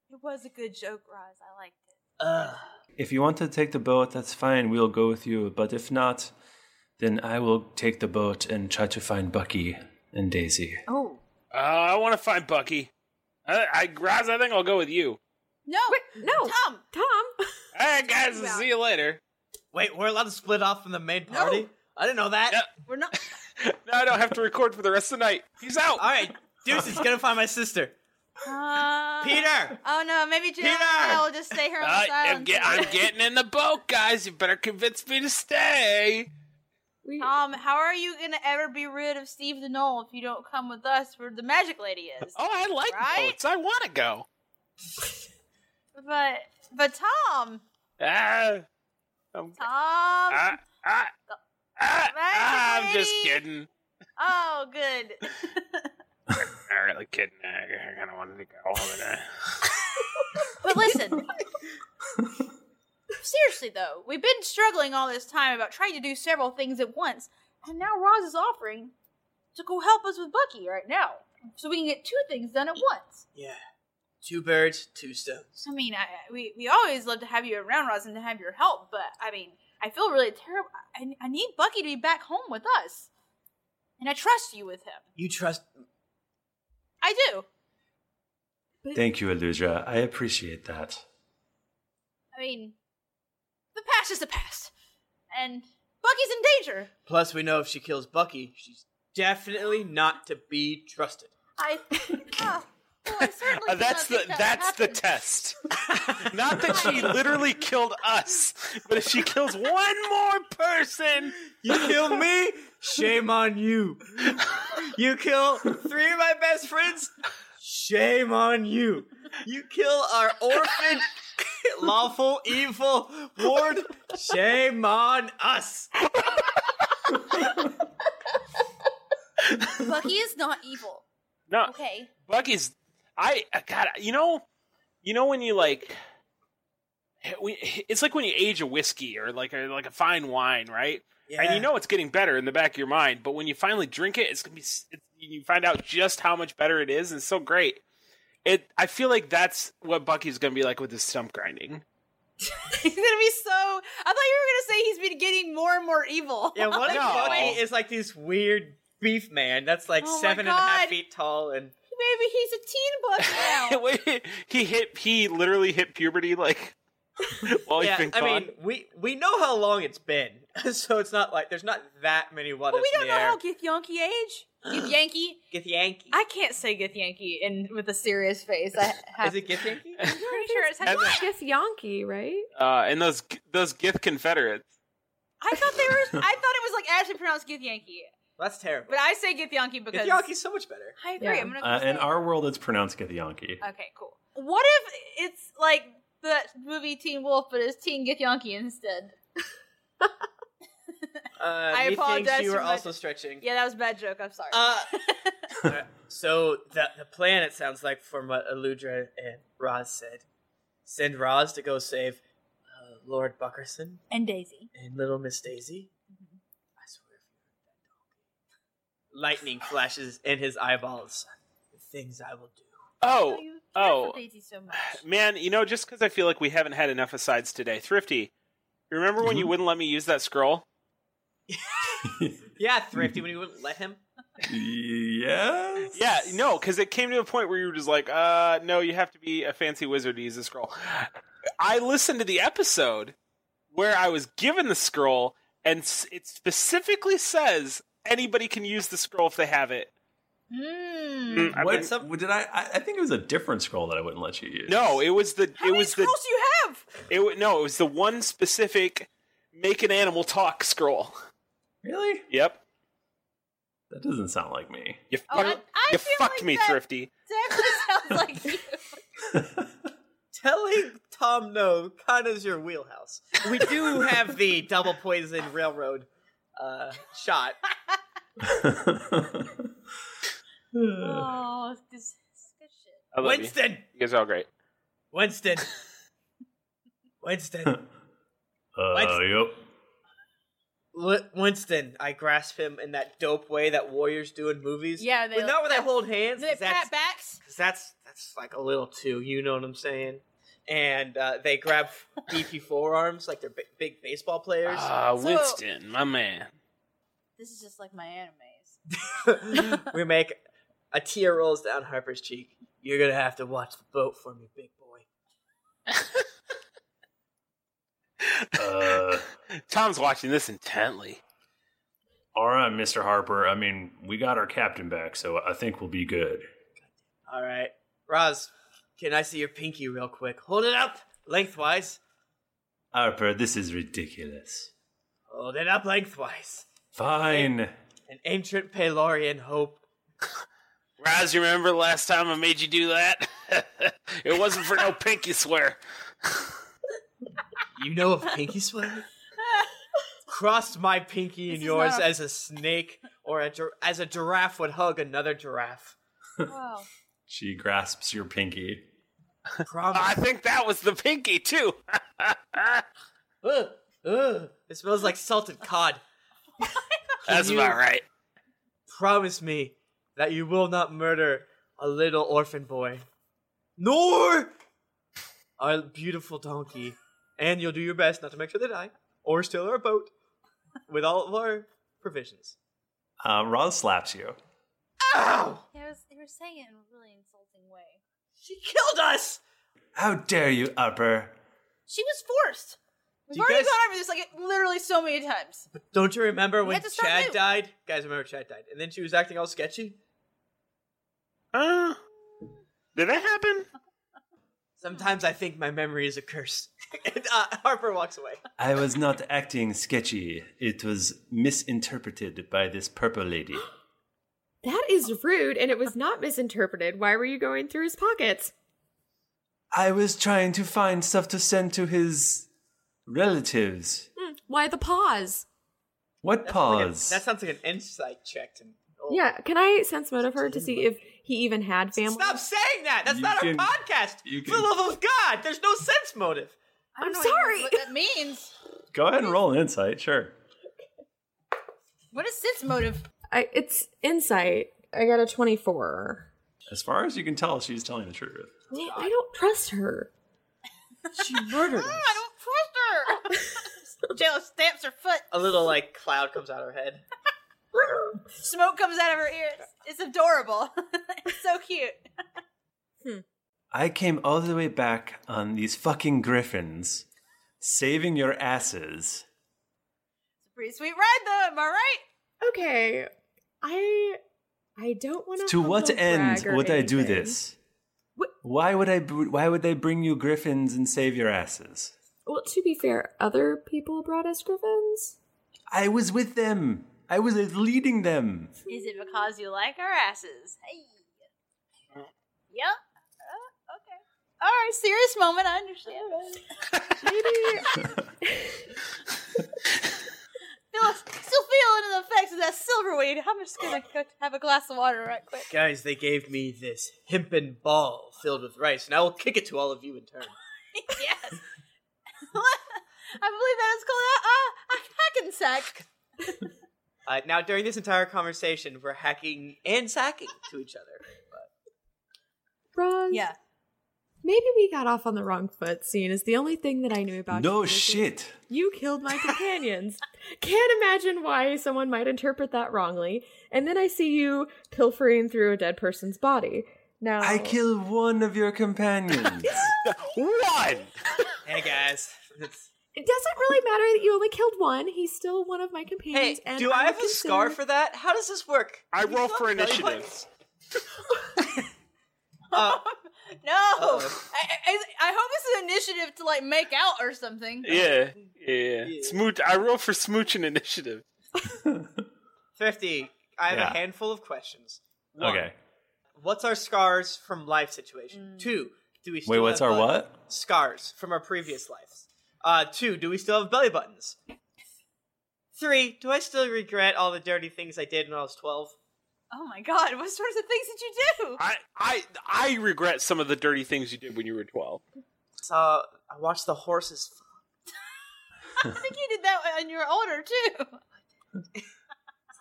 It was a good joke, Roz. I liked it.
If you want to take the boat, that's fine. We'll go with you. But if not, then I will take the boat and try to find Bucky and Daisy.
Oh.
Uh, I want to find Bucky. I, I, Roz, I think I'll go with you.
No,
no,
Tom,
Tom.
All right, guys, I'll see you later.
Wait, we're allowed to split off from the main party? I didn't know that.
We're not.
now I don't have to record for the rest of the night. He's out.
All right, Deuce is gonna find my sister.
Uh,
Peter!
Oh no, maybe Jan
Peter!
I will just stay here on
I am
the island.
get, Uh, I'm getting in the boat, guys. You better convince me to stay.
Tom, Um, how are you gonna ever be rid of Steve the Knoll if you don't come with us where the magic lady is?
Oh, I like
right?
boats. I want to go.
But but Tom,
Ah, I'm,
Tom, I,
ah, ah, ah, ah, I'm just kidding.
oh good.
I'm really kidding. I kind of wanted to go over there.
But listen, seriously though, we've been struggling all this time about trying to do several things at once, and now Roz is offering to go help us with Bucky right now, so we can get two things done at once.
Yeah. Two birds, two stones.
I mean, I, I- we we always love to have you around, Roz, and to have your help. But I mean, I feel really terrible. I, I need Bucky to be back home with us, and I trust you with him.
You trust
I do.
Thank you, Illusia. I appreciate that.
I mean, the past is the past, and Bucky's in danger.
Plus, we know if she kills Bucky, she's definitely not to be trusted.
I. Ah, oh, I certainly
Uh,
did
that's
not
the
think that
that's
would
the test. Not that she literally killed us, but if she kills one more person,
You kill me, shame on you. You kill three of my best friends, shame on you. You kill our orphan, lawful, evil ward, shame on us.
happen. Bucky is not evil.
Uh.
No.
Okay.
Bucky's. I uh, God, you know, you know when you like, we, it's like when you age a whiskey or like a, like a fine wine, right? And
Yeah.
you know it's getting better in the back of your mind, but when you finally drink it, it's gonna be. s- It's, you find out just how much better it is, and it's so great. It. I feel like that's what Bucky's gonna be like with his stump grinding.
He's gonna be so. I thought you were gonna say he's been getting more and more evil.
Yeah, what if
No.
Bucky is like this weird beef man that's like
Oh my
seven and a half
God.
feet tall and
Maybe he's a teen buff now.
Wait, he hit. He literally hit puberty like while
yeah,
he's been
I
gone.
mean, we we know how long it's been, so it's not like there's not that many what
But
ifs
we don't
in
know
the air.
how Githyanki age. Githyanki.
Githyanki.
I can't say Githyanki and with a serious face. I have
Is it Githyanki?
I'm pretty sure it's
And-
Githyanki, right?
uh, and those those Gith Confederates.
I thought they were. I thought it was like actually pronounced Githyanki,
That's terrible.
but I say Githyanki because
Githyanki's so much better.
I agree. I'm gonna.
Uh, in our world, it's pronounced Githyanki.
Okay, cool. What if it's like the movie Teen Wolf, but it's Teen Githyanki instead?
Uh, I
apologize
You
for
were
my-
also stretching.
Yeah, that was a bad joke. I'm sorry.
Uh, So the the plan it sounds like from what Eludra and Roz said, send Roz to go save uh, Lord Buckerson
and Daisy
and little Miss Daisy.
Mm-hmm.
I swear, if you heard that dog, lightning flashes in his eyeballs. The things I will do.
Oh, oh,
Daisy so much.
man! You know, just because I feel like we haven't had enough asides today, Thrifty. Remember when
Mm-hmm.
you wouldn't let me use that scroll?
Yeah, thrifty when you wouldn't let him.
Yeah.
Yeah, no, because it came to a point where you were just like, uh, no, you have to be a fancy wizard to use the scroll. I listened to the episode where I was given the scroll, and s- it specifically says anybody can use the scroll if they have it.
Hmm.
Mm, I
What-
mean, some-
did I, I? I think it was a different scroll that I wouldn't let you use.
No, it was the it was the
you have?
It wa- no, it was the one specific make an animal talk scroll.
Really?
Yep.
That doesn't sound like me.
You,
Oh,
fuck-
I- I
you
feel
fucked
like
me,
that-
Thrifty.
Definitely sounds like you.
Telling Tom no kind of is your wheelhouse. We do have the double poison railroad uh, shot.
oh, this is good shit.
I love you.
Winston!
You guys are all great.
Winston. Winston.
Uh, yep.
Li- Winston. I grasp him in that dope way that warriors do in movies.
Yeah, they
But not where they hold hands.
They
'cause that's,
pat backs.
Cause that's that's like a little too. You know what I'm saying? And uh, they grab beefy forearms like they're b- big baseball players.
Ah, Winston, my man.
This is just like my animes.
we make a tear rolls down Harper's cheek. You're gonna have to watch the boat for me, big boy.
Uh,
Tom's watching this intently.
All right, Mr. Harper. I mean, we got our captain back, so I think we'll be good.
All right, Roz, can I see your pinky real quick? Hold it up lengthwise.
Harper, this is ridiculous.
Hold it up lengthwise.
Fine.
An ancient Pelorian hope.
Raz, you remember last time I made you do that? it wasn't for no pinky swear.
You know of pinky swear? Crossed my pinky and
is
yours
not a-
as a snake or a gir- as a giraffe would hug another giraffe.
Wow.
She grasps your pinky.
I think that was the pinky too.
Ugh, ugh. It smells like salted cod.
That's
Can you
about right.
Promise me that you will not murder a little orphan boy, nor our beautiful donkey, and you'll do your best not to make sure they die or steal our boat with all of our provisions.
Uh, Roz slaps you.
They was, they were saying it in a really insulting way.
She killed us.
How dare you, Harper?
She was forced. We've
Do you
already
guys-
gone over this like literally so many times.
Don't you remember
We
when
had to start
Chad
new.
died? Guys, remember Chad died, and then she was acting all sketchy.
Uh, did that happen?
Sometimes I think my memory is a curse. and, uh, Harper walks away.
I was not acting sketchy. It was misinterpreted by this purple lady.
That is rude, and it was not misinterpreted. Why were you going through his pockets?
I was trying to find stuff to send to his relatives.
Hmm, Why the pause?
What pause?
That sounds like an insight check to me.
Yeah, can I sense motive her to see if he even had family?
Stop saying that. That's not
can-
our podcast.
you
For the love of God, there's no sense motive.
I don't I'm know sorry. What that means?
Go ahead and roll an insight, sure.
What is Sid's motive?
I, it's insight. I got a twenty-four.
As far as you can tell, she's telling the truth.
I don't trust her.
She murdered us.
Trust her. Jayla stamps her foot.
A little like cloud comes out of her head.
Smoke comes out of her ears. It's adorable. it's so cute.
I came all the way back on these fucking griffins, saving your asses.
Pretty sweet ride though, am I right?
Okay. I I don't want
To what end would I do this? Why would I? br- Why would they bring you griffins and save your asses?
Well, to be fair, other people brought us griffins.
I was with them. I was leading them.
Is it because you like our asses? Hey. Yep. Uh, okay. All right. Serious moment. I understand. Maybe. Feel, still feeling the effects of that silverweed. I'm just gonna go have a glass of water right quick.
Guys, they gave me this hempen ball filled with rice, and I will kick it to all of you in turn.
I believe that is called a, a, a hacking sack.
Uh, now, during this entire conversation, we're hacking and sacking to each other.
Bronze. Yeah. Maybe we got off on the wrong foot. Seeing is the only thing that I knew about.
No
you.
shit.
You killed my companions. Can't imagine why someone might interpret that wrongly. And then I see you pilfering through a dead person's body. Now
I killed one of your companions.
one.
Hey, guys.
It doesn't really matter that you only killed one. He's still one of my companions. and
do I
would
have a scar
consider-
for that? How does this work?
I roll for
Belly button?
initiative.
No. I, I, I hope it's an initiative to like make out or something.
Yeah, yeah. yeah. Smooch. I roll for smooching initiative.
50. I have
Yeah.
a handful of questions.
Okay.
What's our scars from life situation? Two, do we still
Wait, what's
have
our
belly-
what?
Scars from our previous lives. Uh, two, do we still have belly buttons? Three, do I still regret all the dirty things I did when I was 12?
Oh my god, what sorts of things did you do?
I, I, I regret some of the dirty things you did when you were twelve.
So I watched the horses.
I think you did that when you were older too.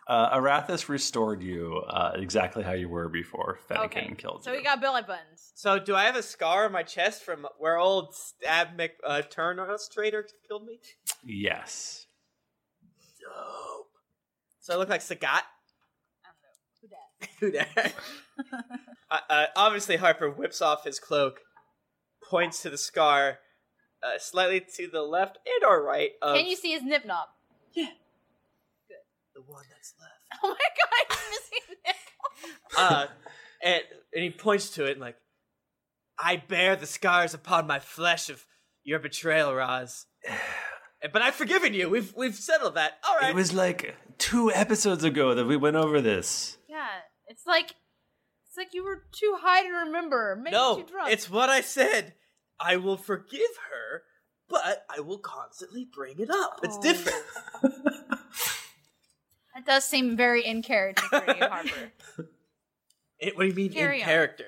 Uh, Arathis restored you uh, exactly how you were before Fennekin killed you.
So we got belly buttons.
So do I have a scar on my chest from where old Stab Mc, uh, Turnus Trader killed me?
Yes.
Dope. So I look like Sagat? Who dat? uh, uh, obviously, Harper whips off his cloak, points to the scar, uh, slightly to the left and or right of
Can you see his nip knob? Yeah.
the one that's left.
Oh my god, he's missing a nipple.
Uh, and, and he points to it and like, I bear the scars upon my flesh of your betrayal, Roz. but I've forgiven you. We've we've settled that. All right.
It was like two episodes ago that we went over this.
Yeah, it's like it's like you were too high to remember. Maybe
no,
too drunk.
it's what I said. I will forgive her, but I will constantly bring it up. It's different.
Oh. That does seem very in character for you, Oh, Harper.
It, what do you mean
Carry
in
on.
character?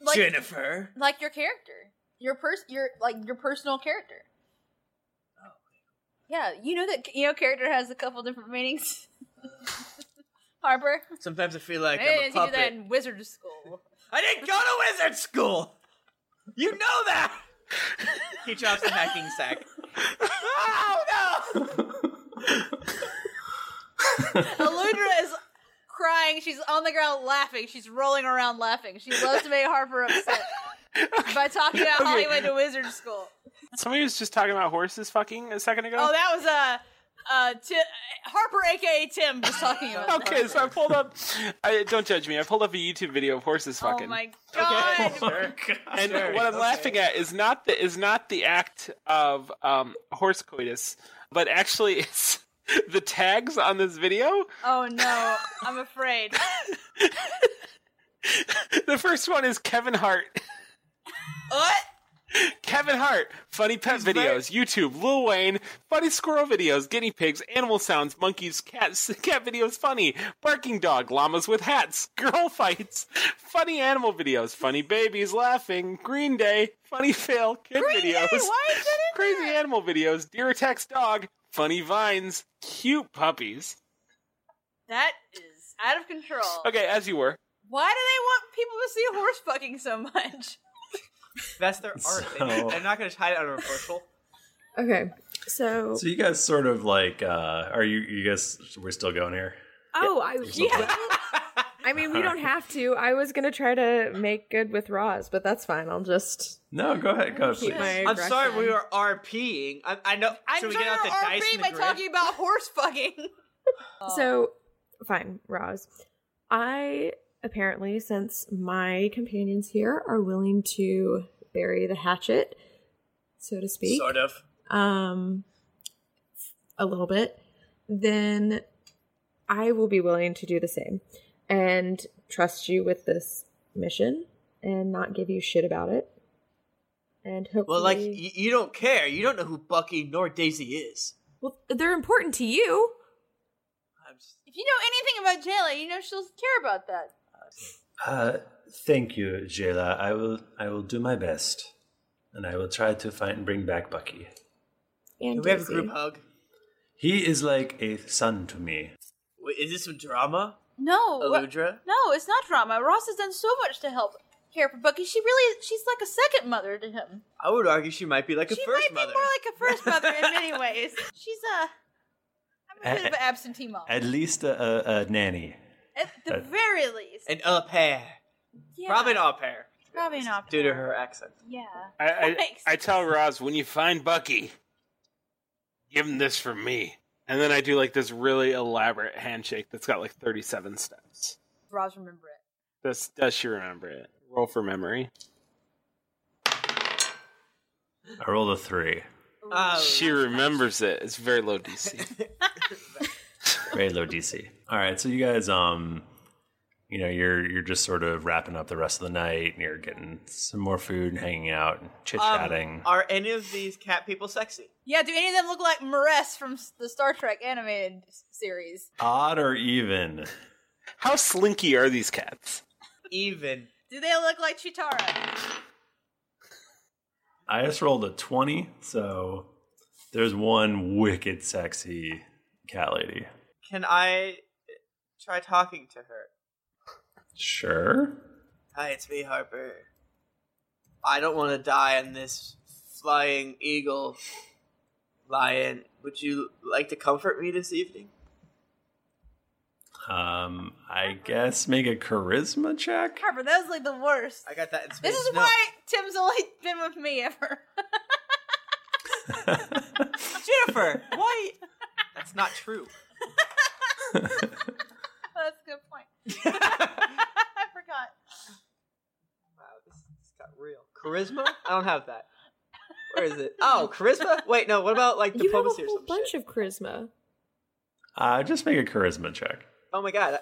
Like-
Jennifer.
like your character, your pers, your like your personal character. Yeah, you know that you know character has a couple different meanings. Harper,
Sometimes I feel like
They
I'm a
didn't teach you that
puppet.
in wizard school.
I didn't go to wizard school. You know that. he drops the hacking sack. oh no!
Aludra is crying. She's on the ground laughing. She's rolling around laughing. She loves to make Harper upset by talking about how he
Okay.
went to wizard school.
Somebody was just talking about horses fucking a second ago.
Oh, that was uh, uh, Ti- Harper, aka Tim, was talking about. that.
Okay, so I pulled up. I, don't judge me. I pulled up a YouTube video of horses
Oh
fucking.
my god!
and what I'm laughing at is not the is not the act of um, horse coitus, but actually it's the tags on this video.
Oh no, I'm afraid.
The first one is Kevin Hart.
What?
Kevin Hart, funny pet videos, YouTube, Lil Wayne, funny squirrel videos, guinea pigs, animal sounds, monkeys, cats, cat videos, funny, barking dog, llamas with hats, girl fights, funny animal videos, funny babies laughing, Green Day, funny fail, kid videos, crazy animal videos, deer attacks dog, funny vines, cute puppies.
That is out of control.
Okay, as you were.
Why do they want people to see horse fucking so much?
That's their art. They,
So-
are not going to hide it under a bushel.
Okay, so Oh.
So you guys sort of like, uh, are you? You guys, we're still going here.
Oh, I yeah. I mean, we don't have to. I was gonna try to make good with Roz, but that's fine. I'll just
No, go ahead. Go ahead.
Keep
please.
my-
I'm sorry,
aggression.
we were RPing. I, I know.
I'm
should we
trying
get out the
to
dice
RP
and
by
the grid?
talking about horse fucking.
So, fine, Roz. I apparently, since my companions here are willing to bury the hatchet, so to speak,
Sort of.
um, a little bit, then I will be willing to do the same and trust you with this mission and not give you shit about it. And hopefully,
Well, like, you, you don't care. You don't know who Bucky nor Daisy is.
well, they're important to you.
If you know anything about Jayla, you know she'll care about that.
Uh, thank you, Jayla. I will. I will do my best, and I will try to find bring back Bucky.
And
we have a
Daisy.
group hug?
He is like a son to me.
Wait, is this some drama?
No,
Oh,
wha-
Aludra?
no, it's not drama. Ross has done so much to help care for Bucky. She really, she's like a second mother to him.
I would argue she might be like a
she
first
might
mother.
be more like a first mother in many ways. She's a, I'm a bit of an absentee mom,
At least a, a, a nanny.
at the very least.
an au pair.
Yeah,
Probably an au pair.
Probably not.
Due to her accent.
Yeah.
I, I, I tell Roz when you find Bucky, give him this from me, and then I do like this really elaborate handshake that's got like thirty-seven steps.
Ross, remember it.
Does Does she remember it? Roll for memory.
I rolled a three.
she remembers it. It's very low DC.
Very low DC. All right, so you guys, um, you know, you're you're just sort of wrapping up the rest of the night, and you're getting some more food and hanging out and chit chatting.
Um, are any of these cat people sexy?
Yeah, do any of them look like Maress from s- the Star Trek animated s- series?
Odd or even?
How slinky are these cats?
Even.
Do they look like Chitara?
I just rolled a twenty, so there's one wicked sexy cat lady.
Can I uh, try talking to her?
Sure.
Hi, it's me, Harper. I don't want to die in this flying eagle lion. Would you like to comfort me this evening?
Um, I guess make a charisma check.
Harper, that was like the worst.
I got that. In
This is why Tim's only been with me ever.
Jennifer, why? That's not true.
That's a good point. I forgot.
Wow, this, this got real. Charisma? I don't have that. Where is it? Oh, charisma? Wait, no. What about like
You have a
diplomacy or
whole
something?
bunch of charisma.
Uh, just make a charisma check.
Oh my god!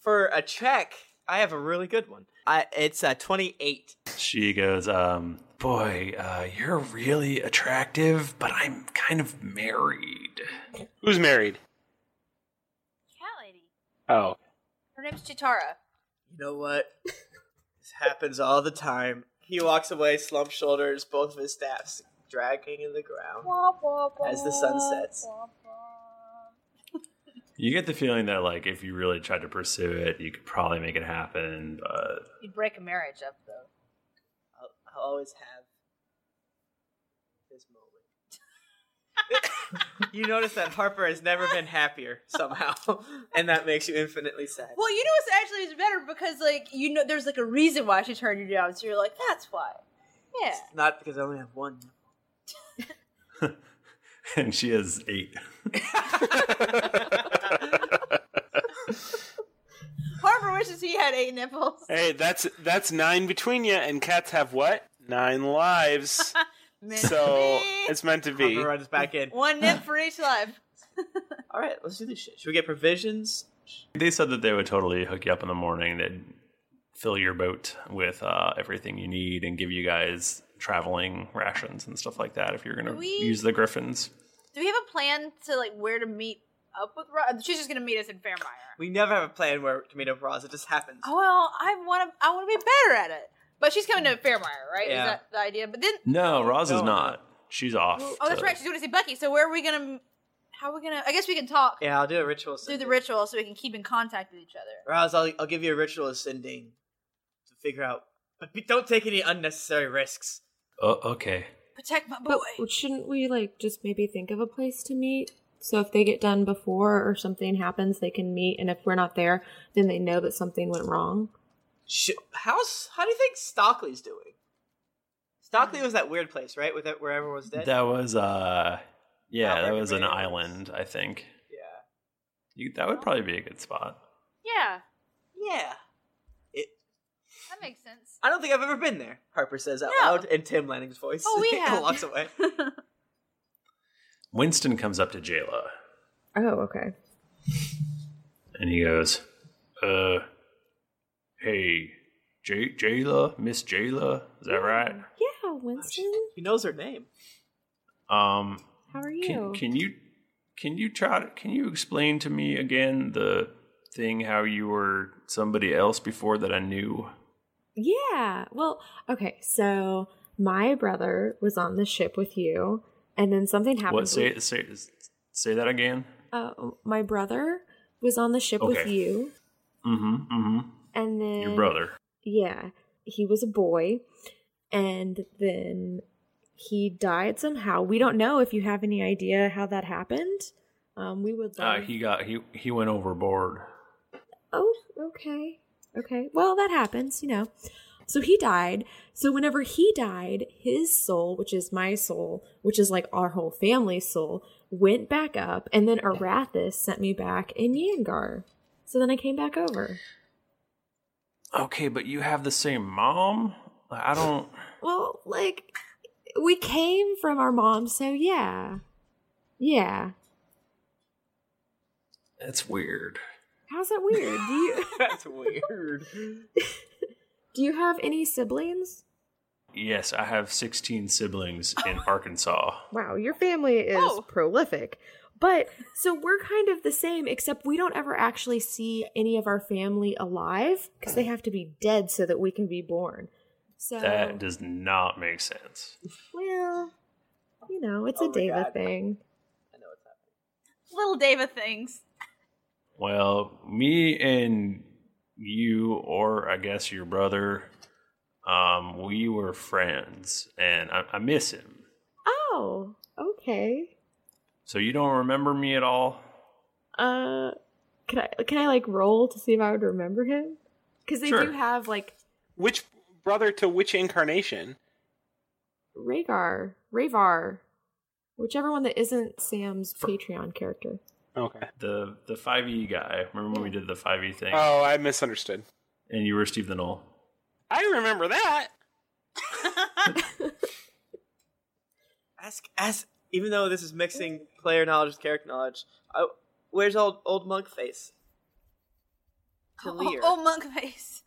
For a check, I have a really good one. I it's a twenty-eight.
She goes, um, boy, uh, you're really attractive, but I'm kind of married.
Who's married?
Cat lady.
Oh,
Her name's Chitara.
You know what? this happens all the time. He walks away, slump shoulders, both of his staffs dragging in the ground. As the sun sets.
You get the feeling that, like, if you really tried to pursue it, you could probably make it happen, but
You'd break a marriage up, though.
I'll, I'll always have this moment. you notice that Harper has never been happier somehow, and that makes you infinitely sad.
Well, you know what's actually is better because, like, you know, there's like a reason why she turned you down. So you're like, that's why. Yeah.
Not because I only have one.
and she has eight.
Harper wishes he had eight nipples.
hey, that's that's nine between you, and cats have what? Nine lives.
Meant to
so
be.
it's meant to be.
Harper runs back in.
One nip for each life.
All right, let's do this shit. Should we get provisions?
They said that they would totally hook you up in the morning. They'd fill your boat with uh, everything you need and give you guys traveling rations and stuff like that if you're going to
We-
use the griffins.
Do we have a plan to like where to meet up with Roz? She's just gonna meet us in Fairmire.
We never have a plan where to meet up Roz. It just happens.
Oh well, I want to. I want to be better at it. But she's coming to Fairmire, right?
Yeah.
Is that the idea? But then,
No, Roz is
No.
not. She's off.
oh, that's
to-
right. She's going to see Bucky. So where are we gonna? How are we gonna? I guess we can talk
Yeah, I'll do a ritual.
through
Sending.
the ritual so we can keep in contact with each other.
Roz, I'll, I'll give you a ritual ascending to figure out. But be- don't take any unnecessary risks.
Oh, okay.
Protect my
But shouldn't we like just maybe think of a place to meet So if they get done before or something happens, they can meet. And if we're not there, then they know that something went wrong.
Sh- How's how do you think Stockley's doing? Stockley was that weird place, right? With it, where everyone was dead.
That was uh yeah, that was an island, I think.
Yeah.
You, that would probably be a good spot.
Yeah.
Yeah.
That makes sense.
I don't think I've ever been there. Harper says out
No.
loud in Tim Lanning's voice.
Oh, we have.
walks away.
Winston comes up to Jayla
Oh, okay.
and he goes, "Uh, hey, J- Jayla, Miss Jayla, is that right?
Yeah, Winston.
He knows her name.
Um,
How are you?
can, can you can you try to can you explain to me again the thing how you were somebody else before that I knew?
Yeah. Well, okay. So my brother was on the ship with you, and then something happened.
What say say say that again?
Uh, my brother was on the ship with
Okay.
you,
Mm-hmm. Mm-hmm.
and then
Your brother.
Yeah, he was a boy, and then he died somehow. We don't know if you have any idea how that happened. Um, we would.
Uh,
love-
he got he he went overboard.
Oh, okay. Okay. Well, that happens, you know. So he died. So whenever he died, his soul, which is my soul, which is like our whole family's soul, went back up, and then Arathis sent me back in Yangar. So then I came back over.
Okay, but you have the same mom. I don't.
Well, like we came from our mom, so yeah, yeah.
That's weird.
How's that weird? Do you
That's weird.
do you have any siblings?
Yes, I have 16 siblings in Arkansas.
Wow, your family is prolific. But so we're kind of the same, except we don't ever actually see any of our family alive because they have to be dead so that we can be born. So
That does not make sense.
well, you know, it's
Oh
a
my
David
God.
thing.
Little David things.
Well, me and you, or I guess your brother, um, we were friends, and I, I miss him.
Oh, okay.
So you don't remember me at all?
Uh, can I can I like roll to see if I would remember him? Because they
Sure.
do have like
Which brother to which incarnation?
Rhaegar, Ravar, whichever one that isn't Sam's Patreon character.
Okay.
The the 5e guy. Remember when we did the 5e thing?
Oh, I misunderstood.
And you were Steve the Knoll?
I remember that.
Ask ask. Even though this is mixing player knowledge with character knowledge, I, where's old old monk face?
Oh, oh, monk face.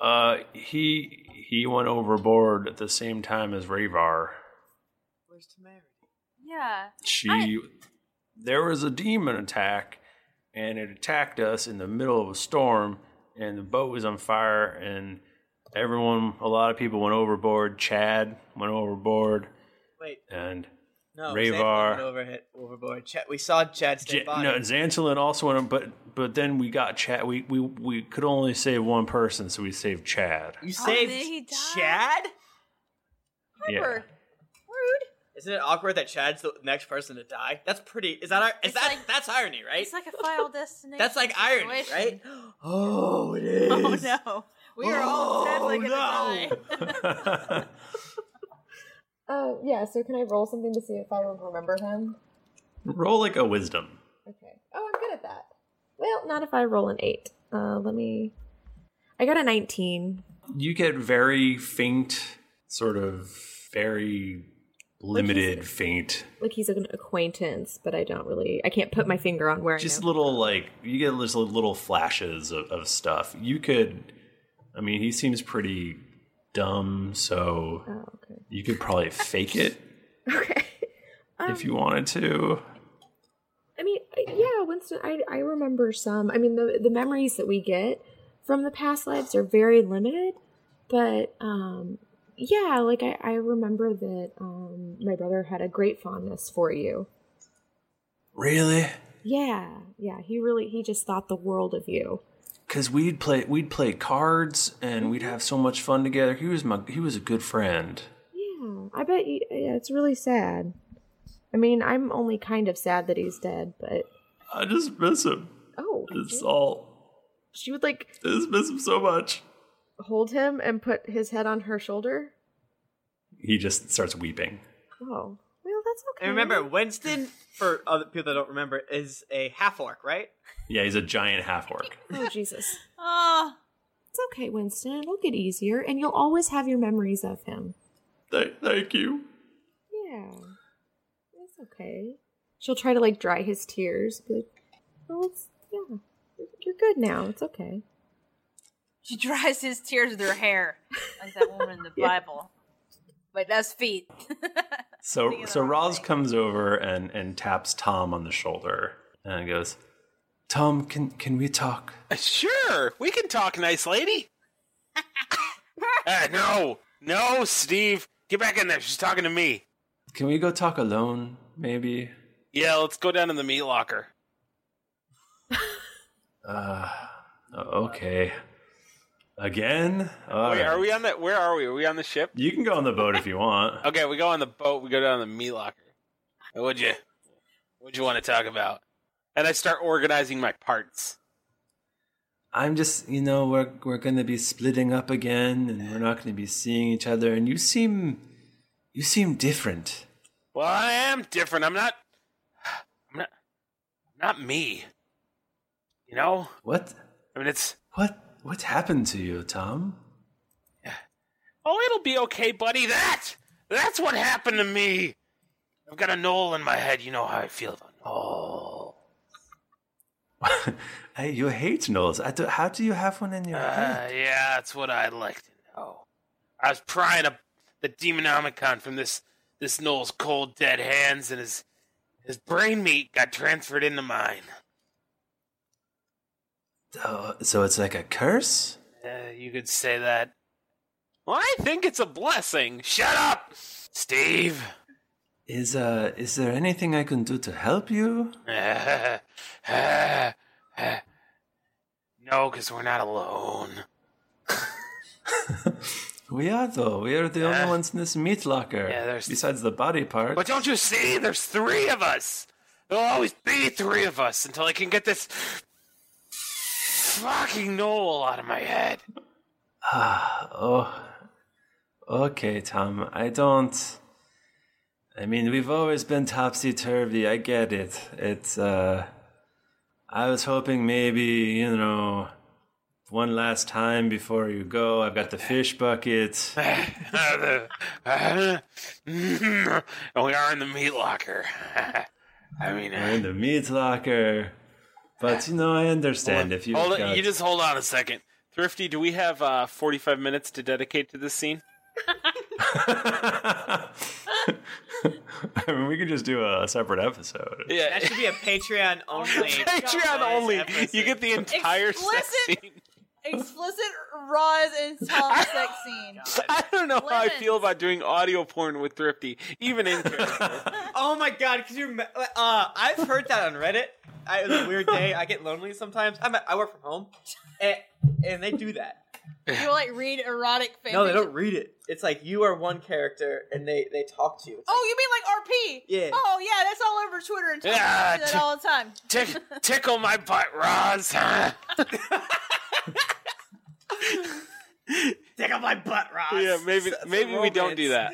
Uh, he he went overboard at the same time as Ravar.
Where's Tamara?
Yeah.
She there was a demon attack, and it attacked us in the middle of a storm, and the boat was on fire, and everyone, a lot of people went overboard. Chad went overboard,
Wait,
and
no. Xanthan went
Ravar.
over hit overboard. Chad, we saw Chad's
Ja-
dead body.
no, Xantolin also went, on, but but then we got Chad. We we we could only save one person, so we saved Chad.
you saved Chad.
Yeah.
Rude.
Isn't it awkward that Chad's the next person to die? That's pretty. Is that ir- is that that's irony, right?
It's like a final destination.
That's like irony,
situation.
right?
Oh,
it is.
Oh no. We are
Oh.
all definitely gonna die.
Uh, yeah. So can I roll something to see if I would remember him?
Roll like a wisdom.
Okay. Oh, I'm good at that. Well, not if I roll an eight. Uh, let me. I got a nineteen.
you get very faint, sort of very limited faint.
Like he's an acquaintance, but I don't really. I can't put my finger on where.
Just
I know.
little like you get just little flashes of, of stuff. You could, I mean, he seems pretty dumb, so
Oh,
you could probably fake it
Um,
if you wanted to.
I mean, I- yeah, Winston, I, I remember some. I mean, the, the memories that we get from the past lives are very limited, but um, yeah, like I, I remember that um, my brother had a great fondness for you.
Really?
Yeah, yeah, he really, he just thought the world of you.
Because we'd play we'd play cards and
Mm-hmm.
we'd have so much fun together. He was my he was a good friend.
Yeah, I bet you, yeah, it's really sad. I mean, I'm only kind of sad that he's dead, but
I just miss him.
oh,
It's all.
she would like
I just miss him so much.
hold him and put his head on her shoulder.
He just starts weeping.
Oh, well, that's okay.
And remember, Winston, for other people that don't remember, is a half orc, right?
Yeah, he's a giant half orc.
Oh Jesus. Ah. It's okay, Winston. It'll get easier, and you'll always have your memories of him.
Thank, thank you.
Yeah. It's okay. She'll try to like dry his tears. Be like, well, it's, yeah, you're good now. It's okay.
She dries his tears with her hair, like that woman in the
Yeah.
Bible. Wait, that's feet.
So so Roz comes over and and taps Tom on the shoulder and goes, "Tom, can can we talk?"
Sure, we can talk, nice lady. Ah, no, no, Steve, get back in there. She's talking to me.
Can we go talk alone, maybe?
Yeah, let's go down to the meat locker.
Uh, okay. Again? All
Wait,
right.
are we on that? Where are we? Are we on the ship?
You can go on the boat if you want.
Okay, we go on the boat. We go down to the meat locker. And What'd you? What'd you want to talk about? And I start organizing my parts.
I'm just, you know, we're we're gonna be splitting up again, and we're not gonna be seeing each other. And you seem, you seem different.
Well, I am different. I'm not. I'm not. I'm not me. You know.
What?
I mean, it's.
What? What happened to you, Tom?
Oh, it'll be okay, buddy. That. That's what happened to me. I've got a knoll in my head. You know how I feel about
Oh. hey, you hate Knowles. I do, how do you have one in your
Uh,
head?
yeah, that's what I'd like to know. I was prying up the Demonomicon from this this Noel's cold, dead hands, and his his brain meat got transferred into mine.
Oh, so it's like a curse.
Uh, you could say that. Well, I think it's a blessing. Shut up, Steve.
Is uh, is there anything I can do to help you?
no, because we're not alone.
We are though. We are the only
Uh,
ones in this meat locker.
yeah, there's-
besides the body part.
But don't you see? There's three of us. There'll always be three of us until I can get this fucking Noel out of my head.
Ah, oh. Okay, Tom. I don't. I mean, we've always been topsy turvy. I get it. It's, uh. I was hoping maybe, you know, one last time before you go. I've got the fish bucket.
and we are in the meat locker. I mean,
We're in the meat locker. But, you know, I understand if you.
hold on, you just hold on a second. Thrifty, do we have uh, 45 minutes to dedicate to this scene?
I mean, we could just do a separate episode.
Yeah.
That should be a Patreon only.
Patreon only. You get the entire sex
Explicit-
scene.
Explicit Roz and Tom sex scene.
I don't know how I feel about doing audio porn with Thrifty, even in character.
Oh my god, could you? ima- Uh, I've heard that on Reddit. I, it was a weird day. I get lonely sometimes. I'm at, I work from home, and, and they do that.
You like read erotic fanfiction.
No, they don't read it. It's like you are one character, and they they talk to you. It's like,
Oh, you mean like RP?
Yeah.
Oh yeah, that's all over Twitter and Twitter.
Yeah,
I do that all the time.
Tick, tickle my butt, Roz.
Dig up my butt, Ross.
yeah, maybe
That's a
maybe we don't do that.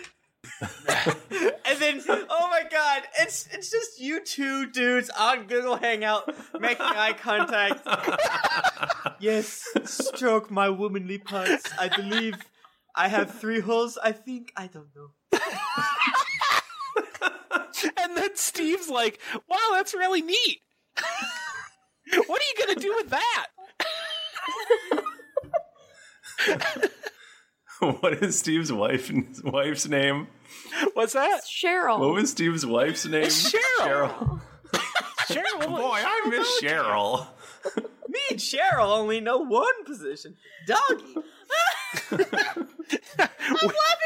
And then, oh my god, it's it's just you two dudes on Google Hangout making eye contact. yes, stroke my womanly parts. I believe I have three holes. I think I don't know.
and then Steve's like, "Wow, that's really neat. what are you gonna do with that?"
what is Steve's wife wife's name?
What's that?
Cheryl.
What was Steve's wife's name?
It's Oh. Cheryl. Cheryl.
Boy, I miss Cheryl.
Me and Cheryl only know one position. Doggy.
I'm laughing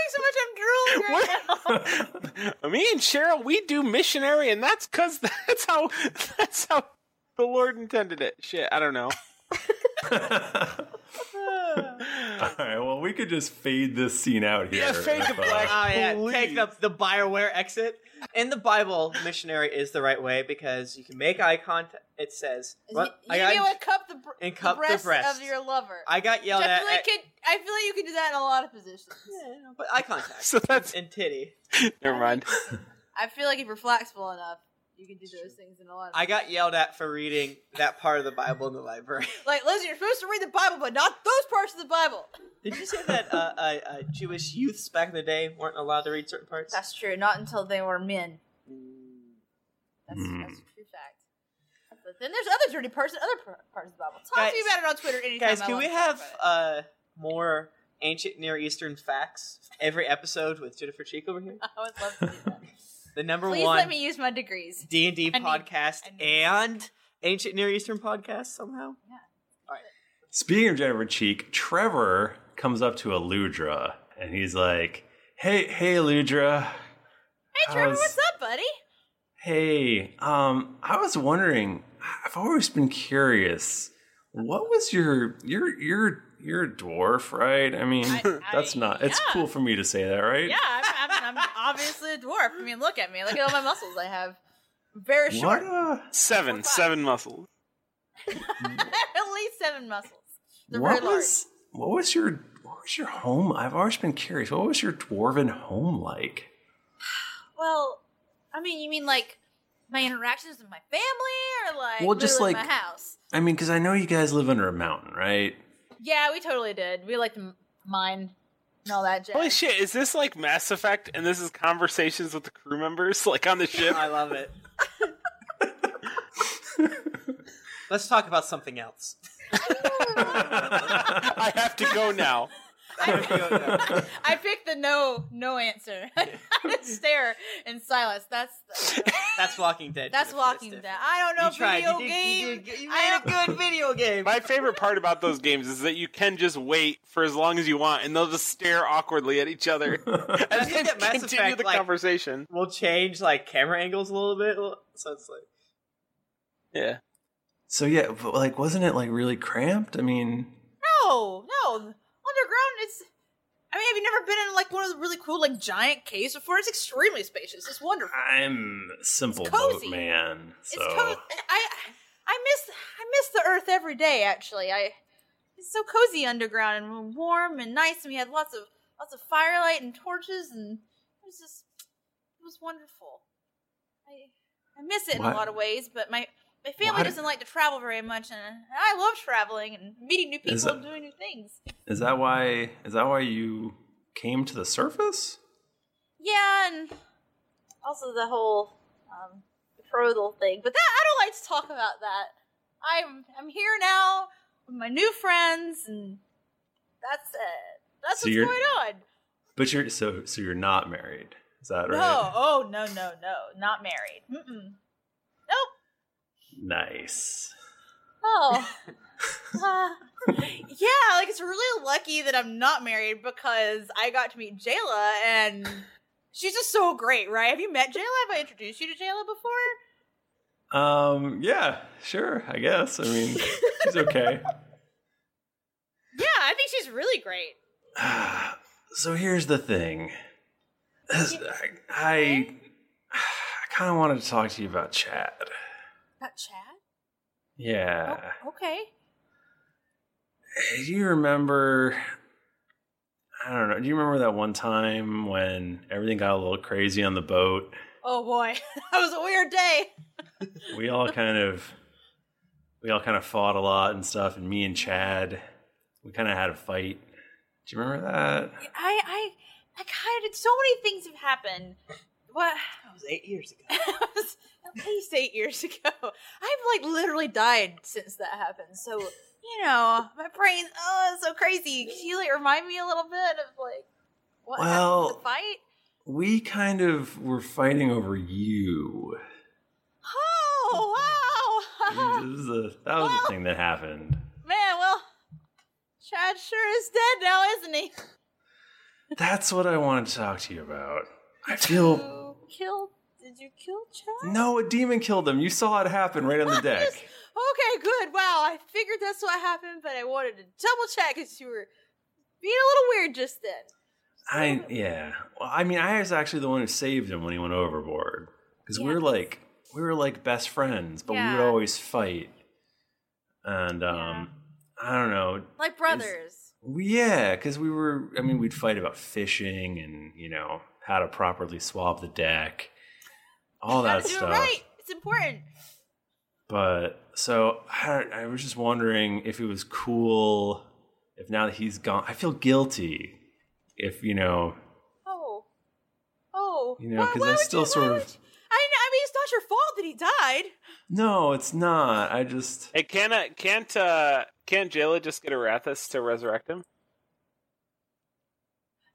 so much I'm drooling right now.
Me and Cheryl, we do missionary, and that's cause that's how that's how the Lord intended it. Shit, I don't know.
All right. Well, we could just fade this scene out here. Uh,
the Oh yeah, take the the Bioware exit. In the Bible, missionary is the right way because you can make eye contact. It says,
You,
what- I,
you
got,
would cup the, br-
and cup the
breast
breast.
of your lover.
I got
Which
yelled
I
at.
feel like
at-
could, I feel like you could do that in a lot of positions.
but eye contact.
so that's
and titty.
Never mind.
I feel like if you're flexible enough, you can do those things in a lot of.
I got yelled at for reading that part of the Bible in the library.
like, listen, you're supposed to read the Bible, but not those parts of the Bible.
Did you say that uh, uh, uh, Jewish youths back in the day weren't allowed to read certain parts?
That's true. Not until they were men. That's,
Hmm.
that's a true fact. But then there's other dirty parts and other par- parts of the Bible. Talk to me about it on Twitter anytime.
Guys,
I
can
love
we
to
have
talk about
uh, more ancient Near Eastern facts every episode with Jennifer Cheek over here?
it? I would love to do that.
The number
Please
one
let me use my degrees.
D and D
I need-
podcast and ancient Near Eastern podcast somehow. Yeah.
Speaking of Jennifer Cheek, Trevor comes up to Aludra and he's like, "Hey, hey, Aludra.
Hey, Trevor,
How's-
what's up, buddy?
Hey, um, I was wondering. I've always been curious. What was your your your your dwarf, right? I mean, that's not. It's
yeah.
cool for me to say that, right?
Yeah, I'm, I'm, I'm obviously a dwarf. I mean, look at me. Look at all my muscles I have. Very short.
Seven, seven muscles.
At least seven muscles. They're
what
very
was what was your what was your home? I've always been curious. What was your dwarven home like?
large. Well, I mean, you mean like my interactions with my family, or like
Well, just
literally
like-
my house?
I mean, because I know you guys live under a mountain, right?
Yeah, we totally did. We liked m- mine and all that jazz.
Holy shit, is this like Mass Effect and this is conversations with the crew members like on the ship?
I love it. Let's talk about something else.
I have to go now.
I picked the no no answer. I just stare in silence. That's
That's Walking Dead.
that's Walking Dead. I don't know
You tried.
video
You did-
game.
you
I don't
good video game.
My favorite part about those games is that you can just wait for as long as you want, and they'll just stare awkwardly at each other and then continue the conversation.
We'll change like camera angles a little bit, so it's like
Yeah.
So yeah, but like, wasn't it like really cramped? I mean,
No, no. Underground, it's. I mean, have you never been in like one of the really cool like giant caves before? It's extremely spacious. It's wonderful.
I'm a simple boat
cozy.
man. So
It's cozy. I I miss I miss the Earth every day. Actually, I it's so cozy underground and warm and nice, and we had lots of lots of firelight and torches, and it was just it was wonderful. I I miss it in
Why-
a lot of ways, but my my family
Why-
doesn't like to travel very much, and, and I love traveling and meeting new people
Is
and doing new things.
is that why? Is that why you came to the surface?
Yeah, and also the whole um, betrothal thing. But that I don't like to talk about that. I'm I'm here now with my new friends, and that's it. That's
So
what's
you're-
going on.
But you're so so you're not married. Is that
No,
right?
oh no, no, no, not married. Mm-mm.
Nice.
Oh, Uh, yeah. Like it's really lucky that I'm not married because I got to meet Jayla, and she's just so great, right? Have you met Jayla? Have I introduced you to Jayla before?
Um. Yeah. Sure. I guess. I mean, she's okay.
Yeah, I think she's really great.
So here's the thing. This- I I, I kind of wanted to talk to you about Chad.
Not Chad.
Yeah.
Okay.
Do you remember? I don't know. Do you remember that one time when everything got a little crazy on the boat?
Oh boy, that was a weird day.
We all kind of, we all kind of fought a lot and stuff. And me and Chad, we kind of had a fight. Do you remember that?
I, I, I kind of so many things have happened. What? That
was eight years ago.
At least eight years ago. I've like literally died since that happened. So you know, my brain, oh, it's so crazy. Can you like remind me a little bit of like what happened
Well-
to the fight?
We kind of were fighting over you.
Oh
It
wow,
was a- that was the thing that happened.
man. Well, Chad sure is dead now, isn't he?
That's what I wanted to talk to you about. I feel
You killed? Did you kill Chad?
no, a demon killed him. You saw it happen right on the deck.
Okay, good. Wow, I figured that's what happened, but I wanted to double check because you were being a little weird just then.
I yeah. Well, I mean, I was actually the one who saved him when he went overboard because we were like we were like best friends, but we
Yeah.
would always fight. And um, I don't know.
Like brothers.
Yeah, because we were. I mean, we'd fight about fishing and you know how to properly swab the deck, all that
Gotta do
stuff.
it right. It's important.
But so I, I was just wondering if it was cool. If now that he's gone, I feel guilty. If you know,
Oh. Oh.
you know,
Why-
because
why
I
would
still
you-
sort of.
I, kn- I mean, it's not your fault that he died.
No, it's not. I just
Hey, can uh, can't uh, can't Jayla just get Arathis to resurrect him?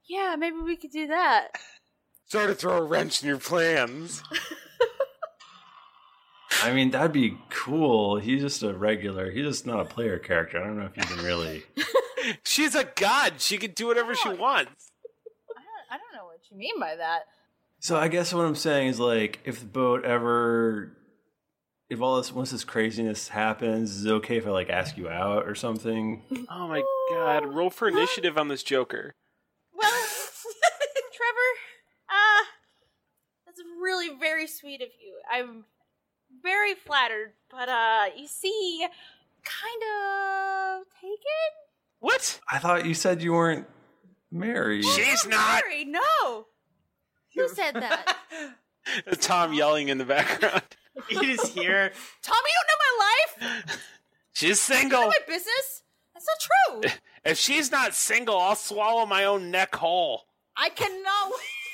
Yeah, maybe we could do that.
Sorry to throw a wrench in your plans.
I mean, that'd be cool. He's just a regular. He's just not a player character. I don't know if you can really.
She's a god. She can do whatever she wants.
I don't know what you mean by that.
So I guess what I'm saying is like, if the boat ever, if all this once this craziness happens, is it okay if I like ask you out or something?
Oh my god! Roll for initiative on this Joker.
Well, Trevor, uh, that's really very sweet of you. I'm very flattered, but uh, you see, kind of taken.
What?
I thought you said you weren't married.
I'm Sorry, no. Who said that?
Tom yelling in the background.
You just hear
Tom, you don't know my life.
She's
You don't know
single.
my business. That's not true.
If she's not single, I'll swallow my own neck whole.
I cannot.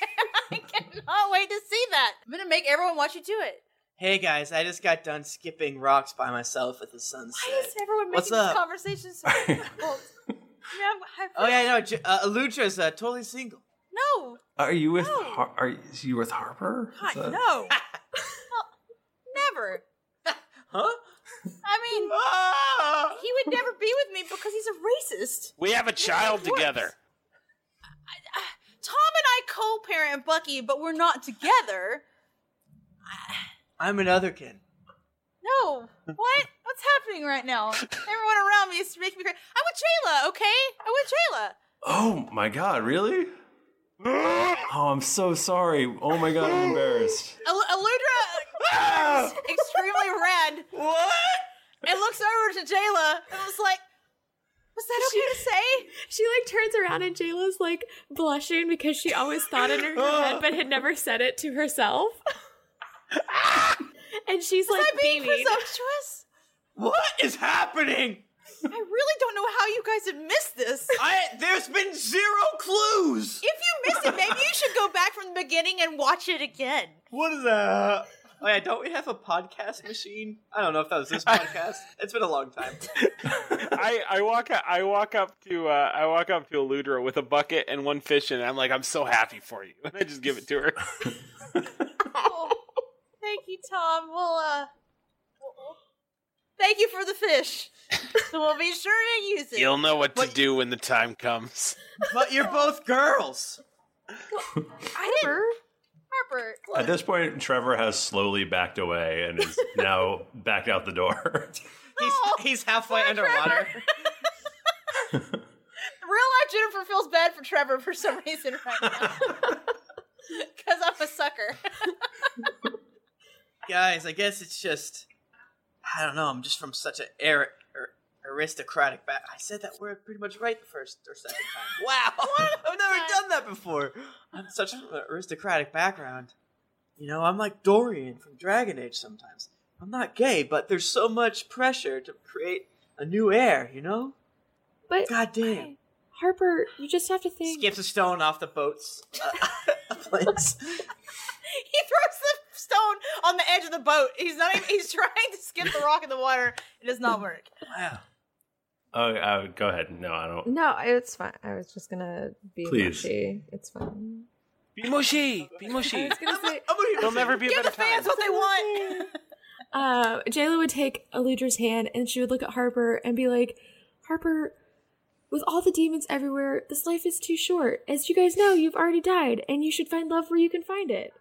I cannot wait to see that. I'm gonna make everyone watch you do it.
Hey guys, I just got done skipping rocks by myself at the sunset.
Why is everyone making
What's
this
up?
conversation so difficult? no, I
Oh yeah, no, J- uh, Lutra's uh, totally single.
no,
Are you with? Har- are you with Harper? Is
God,
that-
no. Well, never.
Huh? Ah!
I mean, he would never be with me because he's a racist.
We have a child together.
Tom and I co-parent Bucky, but we're not together.
I'm an otherkin.
No. What? What's happening right now? Everyone around me is making me crazy. I'm with Jayla, okay? I'm with Jayla.
Oh my god! Really? Oh, I'm so sorry. Oh my god, I'm embarrassed.
El- Eludra is extremely red.
Ah! What?
And looks over to Jayla and was like, Was that okay to say?
She like turns around and Jayla's like blushing because she always thought it in her head but had never said it to herself. and she's
Was
like
I being
beaming.
presumptuous?
What is happening?
I really don't know how you guys have missed this.
I there's been zero clues.
If you missed it, maybe you should go back from the beginning and watch it again.
What is that? Oh yeah, don't we have a podcast machine? I don't know if that was this podcast. It's been a long time.
I, I walk up, I walk up to uh, I walk up to Eludra with a bucket and one fish in it. I'm like, I'm so happy for you. And I just give it to her.
Thank you, Tom. We'll uh we'll- Thank you for the fish. we'll be sure to use it.
You'll know what to do when the time comes.
But you're both girls.
I didn't Harper.
At this point, Trevor has slowly backed away and is now backed out the door.
He's he's halfway underwater.
Real life Jennifer feels bad for Trevor for some reason right now. Because I'm a sucker.
Guys, I guess it's just I don't know. I'm just from such an er- er- aristocratic back. I said that word pretty much right the first or second time. Wow, I've never done that before. I'm such from an aristocratic background. You know, I'm like Dorian from Dragon Age. Sometimes I'm not gay, but there's so much pressure to create a new heir. You know.
But
goddamn,
Harper, you just have to think.
skips a stone off the boat's uh, place.
He throws the stone on the edge of the boat. He's not even, he's trying to skip the rock in the water. It does not work.
Oh, uh, go ahead. No, I don't.
No, it's fine. I was just gonna be
Please.
mushy. It's fine.
Be mushy. Be mushy. There'll never be a better time.
what they want.
Uh, Jayla would take Eludra's hand and she would look at Harper and be like, Harper, with all the demons everywhere, this life is too short. As you guys know, you've already died, and you should find love where you can find it.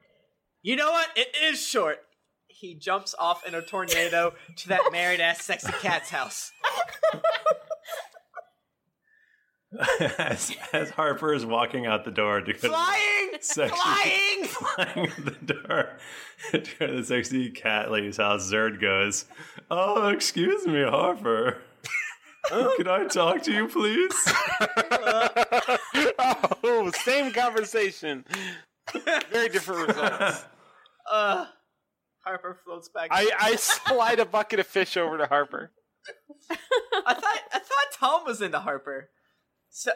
You know what? It is short. He jumps off in a tornado to that married ass sexy cat's house.
as, as Harper is walking out the door to go
Flying!
to the sexy,
Flying!
flying out the door to the sexy cat lady's house, Zerd goes, "Oh, excuse me, Harper."
Oh.
Can I talk to you, please?
oh, same conversation. Very different results.
Uh, Harper floats back.
I, I slide a bucket of fish over to Harper.
I thought I thought Tom was into Harper. So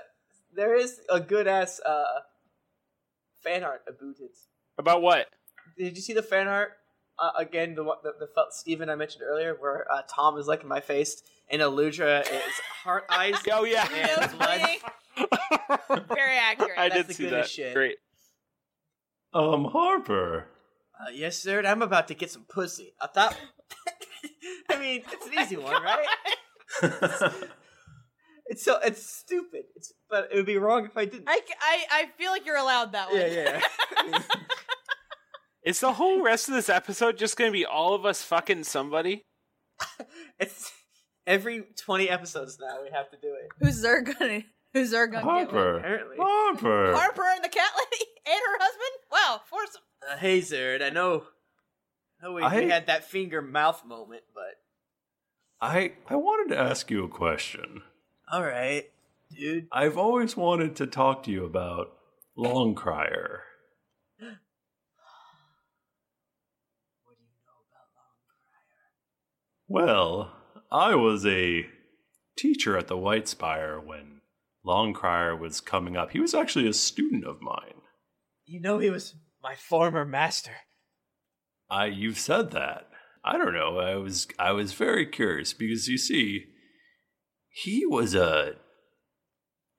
there is a good ass uh, fan art about it.
About what?
Did you see the fan art uh, again? The one- the, the fel- Steven I mentioned earlier, where uh, Tom is like in my face, and Aludra is heart eyes.
oh yeah,
Very accurate.
I
That's
did
the
see
goodest
that.
shit.
Great.
Um, Harper.
Uh, yes, sir. I'm about to get some pussy. I thought.
I mean, it's an easy one, right? it's so it's stupid. It's but it would be wrong if I didn't.
I, I, I feel like you're allowed that one.
Yeah, yeah.
Is the whole rest of this episode just going to be all of us fucking somebody?
It's every twenty episodes now we have to do it.
Who's Zerg gonna? Who's Zerg gonna get?
Harper.
one?
Harper.
Harper and the cat lady and her husband. Wow, force.
Uh, hey, Zerd. I know. I know we,
I-
we had that finger mouth moment, but
I I wanted to ask you a question.
all right, dude.
I've always wanted to talk to you about Long Crier. Well, I was a teacher at the White Spire when Long Crier was coming up. He was actually a student of mine.
You know he was my former master.
I you've said that. I don't know. I was I was very curious because you see, he was a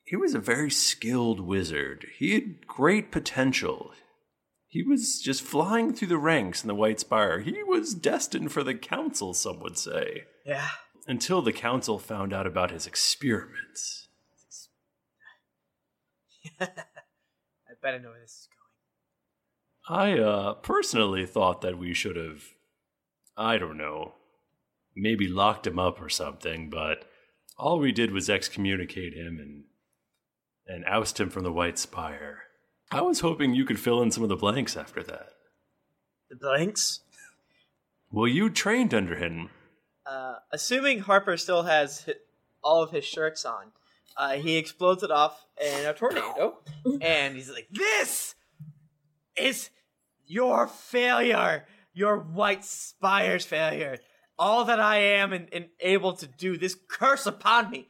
he was a very skilled wizard. He had great potential. He was just flying through the ranks in the White Spire. He was destined for the council, some would say.
Yeah.
Until the council found out about his experiments.
I bet I know where this is
I uh, personally thought that we should have, I don't know, maybe locked him up or something, but all we did was excommunicate him and and oust him from the White Spire. I was hoping you could fill in some of the blanks after that.
The blanks?
Well, you trained under him.
Uh, assuming Harper still has hi all of his shirts on, uh, he explodes it off in a tornado, and he's like, "This is your failure, your White Spire's failure. All that I am and, and able to do, this curse upon me,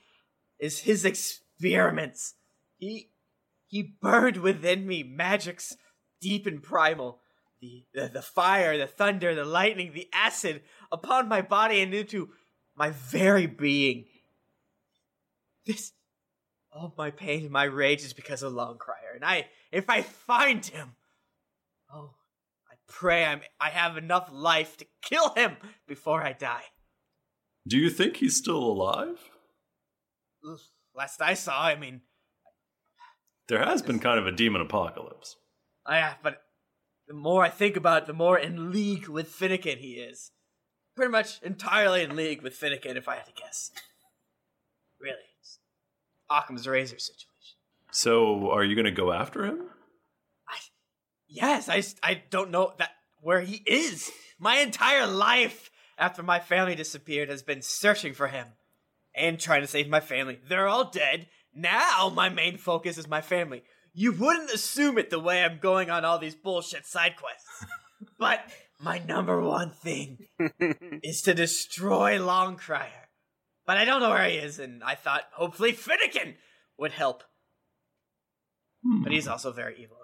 is his experiments. He he burned within me magics deep and primal." the, the, the fire, the thunder, the lightning, the acid upon my body and into my very being. This, all my pain and my rage is because of Long Crier, and I, if I find him, oh, I pray I'm, I have enough life to kill him before I die.
Do you think he's still alive?
Ugh, Last I saw, I mean,
There has been kind of a demon apocalypse.
I, uh, but the more I think about it, the more in league with Finnegan he is. Pretty much entirely in league with Finnegan, if I had to guess. really. It's Occam's razor situation.
So, are you going to go after him?
Yes, I, s- I don't know that where he is. My entire life after my family disappeared has been searching for him and trying to save my family. They're all dead. Now my main focus is my family. You wouldn't assume it the way I'm going on all these bullshit side quests. but my number one thing is to destroy Longcrier. But I don't know where he is, and I thought hopefully Finnegan would help. But he's also very evil.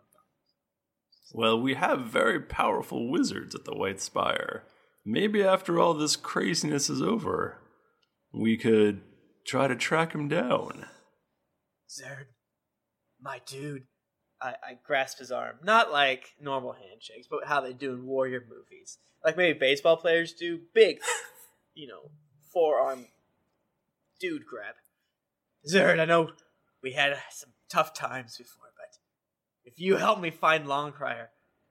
Well, we have very powerful wizards at the White Spire. Maybe after all this craziness is over, we could try to track him down.
Zerd, my dude. I, I grasp his arm. Not like normal handshakes, but how they do in warrior movies. Like maybe baseball players do big, you know, forearm dude grab. Zerd, I know we had some tough times before, but if you help me find Longcrier,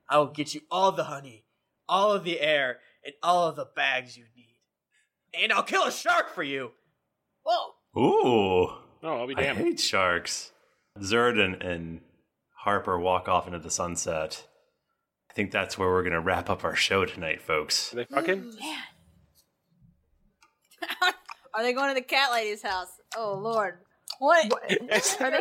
I will get you all the honey, all of the air, and all of the bags you need. And I'll kill a shark for you!
Whoa!
Ooh.
No, Oh, I'll be
I
damned.
hate sharks. Zerd and, and Harper walk off into the sunset. I think that's where we're going to wrap up our show tonight, folks.
they fucking?
Are they going to the cat lady's house? Oh lord. What?
Are
they kissing?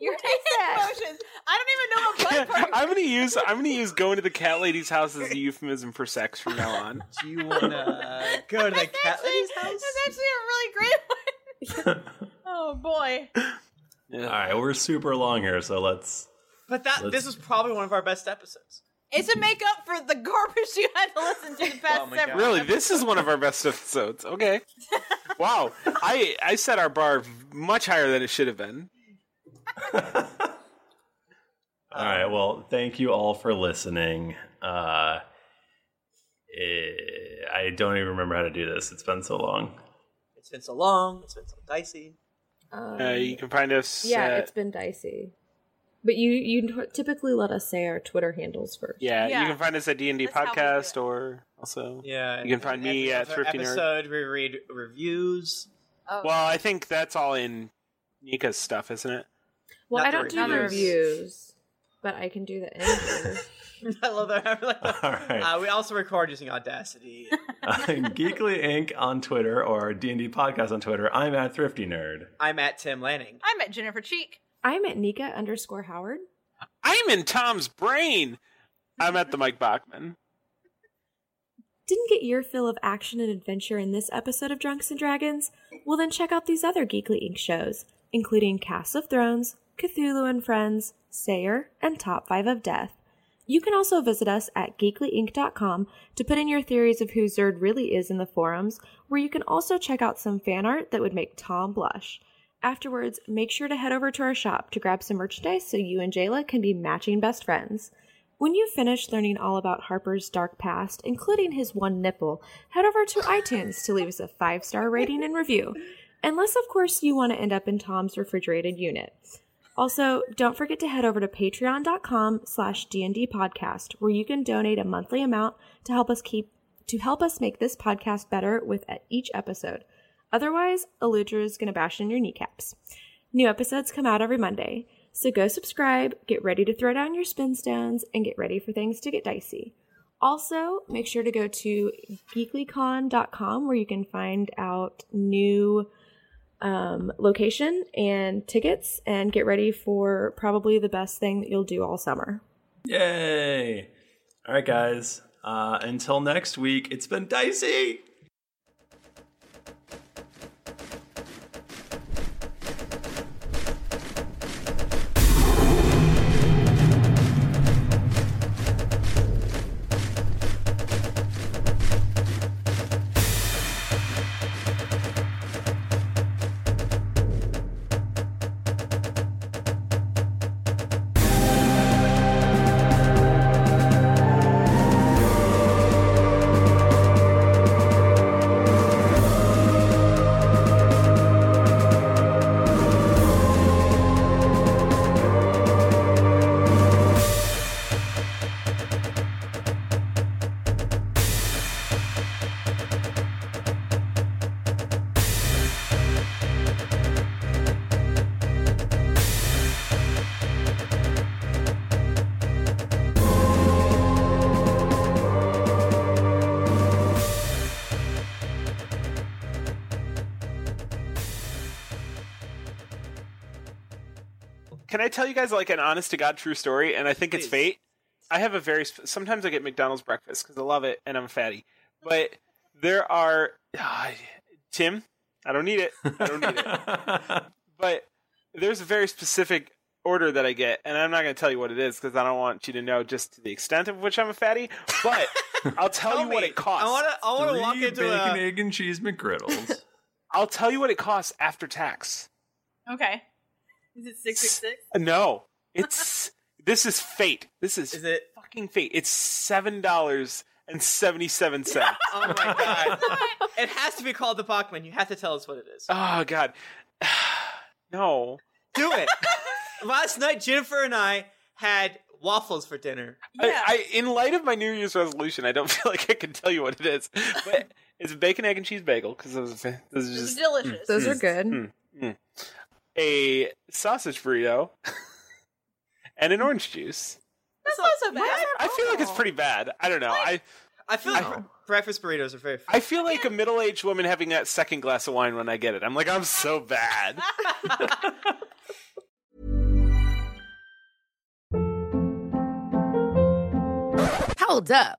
Your hand motions. I don't even know what butt
I'm gonna use I'm gonna use going to the cat lady's house as a euphemism for sex from now on.
Do you wanna go to the cat lady's house?
That's actually a really great one. oh boy.
All right, we're super long here, so let's.
But that
Let's-
this is probably one of our best episodes.
It's a make up for the garbage you had to listen to the past
Oh
several.
Really, this is one of our best episodes. Okay. Wow. I I set our bar much higher than it should have been.
All right, well, thank you all for listening. Uh, eh, I don't even remember how to do this. It's been so long.
It's been so long. It's been so dicey.
Um,
Uh, you can find us.
yeah,
uh,
it's been dicey. But you you typically let us say our Twitter handles first.
yeah, you can find us at D and D podcast or also
yeah.
You can find me at
Every
Thrifty Nerd.
episode we read reviews.
Well, I think that's all in Nika's stuff, isn't it?
Well,
Not
I
the
don't do the reviews, but I can do the ending.
I love that. I like that.
All right.
Uh, we also record using Audacity.
I'm Geekly Inc. on Twitter or D&D Podcast on Twitter. I'm at Thrifty Nerd.
I'm at Tim Lanning.
I met Jennifer Cheek.
I'm at Nika underscore Howard.
I'm in Tom's brain. I'm at the Mike Bachman.
Didn't get your fill of action and adventure in this episode of Drunks and Dragons? Well, then check out these other Geekly Inc. shows, including Cast of Thrones, Cthulhu and Friends, Sayer, and Top 5 of Death. You can also visit us at geeklyinc.com to put in your theories of who Zerd really is in the forums, where you can also check out some fan art that would make Tom blush. Afterwards, make sure to head over to our shop to grab some merchandise so you and Jayla can be matching best friends. When you finish learning all about Harper's dark past, including his one nipple, head over to iTunes to leave us a five star rating and review. Unless, of course, you want to end up in Tom's refrigerated unit. Also, don't forget to head over to patreon.com slash DND podcast, where you can donate a monthly amount to help us keep to help us make this podcast better with at each episode. Otherwise, Eludra is going to bash in your kneecaps. New episodes come out every Monday, so go subscribe, get ready to throw down your spin stones, and get ready for things to get dicey. Also, make sure to go to geeklycon.com where you can find out new um, location and tickets and get ready for probably the best thing that you'll do all summer.
Yay! All right, guys. Uh, until next week, it's been dicey.
Can I tell you guys like an honest to god true story? And I think it's fate. I have a very sp- sometimes I get McDonald's breakfast because I love it and I'm a fatty. But there are Ah, Tim. I don't need it. I don't need it. but there's a very specific order that I get, and I'm not going to tell you what it is because I don't want you to know just to the extent of which I'm a fatty. But I'll tell, you what it costs.
I want to. I
Oh,
want to walk
Three
into
bacon,
a.
egg, and cheese McGriddles.
I'll tell you what it costs after tax.
Okay. Is it six six six?
No, it's this is fate. This is
is it
fucking fate. It's seven dollars and seventy seven cents.
Oh my god! it has to be called the Bachman. You have to tell us what it is.
oh god, no.
Do it. Last night, Jennifer and I had waffles for dinner.
I, I, in light of my New Year's resolution, I don't feel like I can tell you what it is, but it's a bacon, egg, and cheese bagel because those, those are just
delicious.
Those are
Mm.
good.
Mm. Mm. A sausage burrito and an orange juice.
That's not so bad.
I feel like it's pretty bad. I don't know. I
Oh. I feel like breakfast burritos are very.
I feel like a middle-aged woman having that second glass of wine when I get it. I'm like, I'm so bad.
Hold up.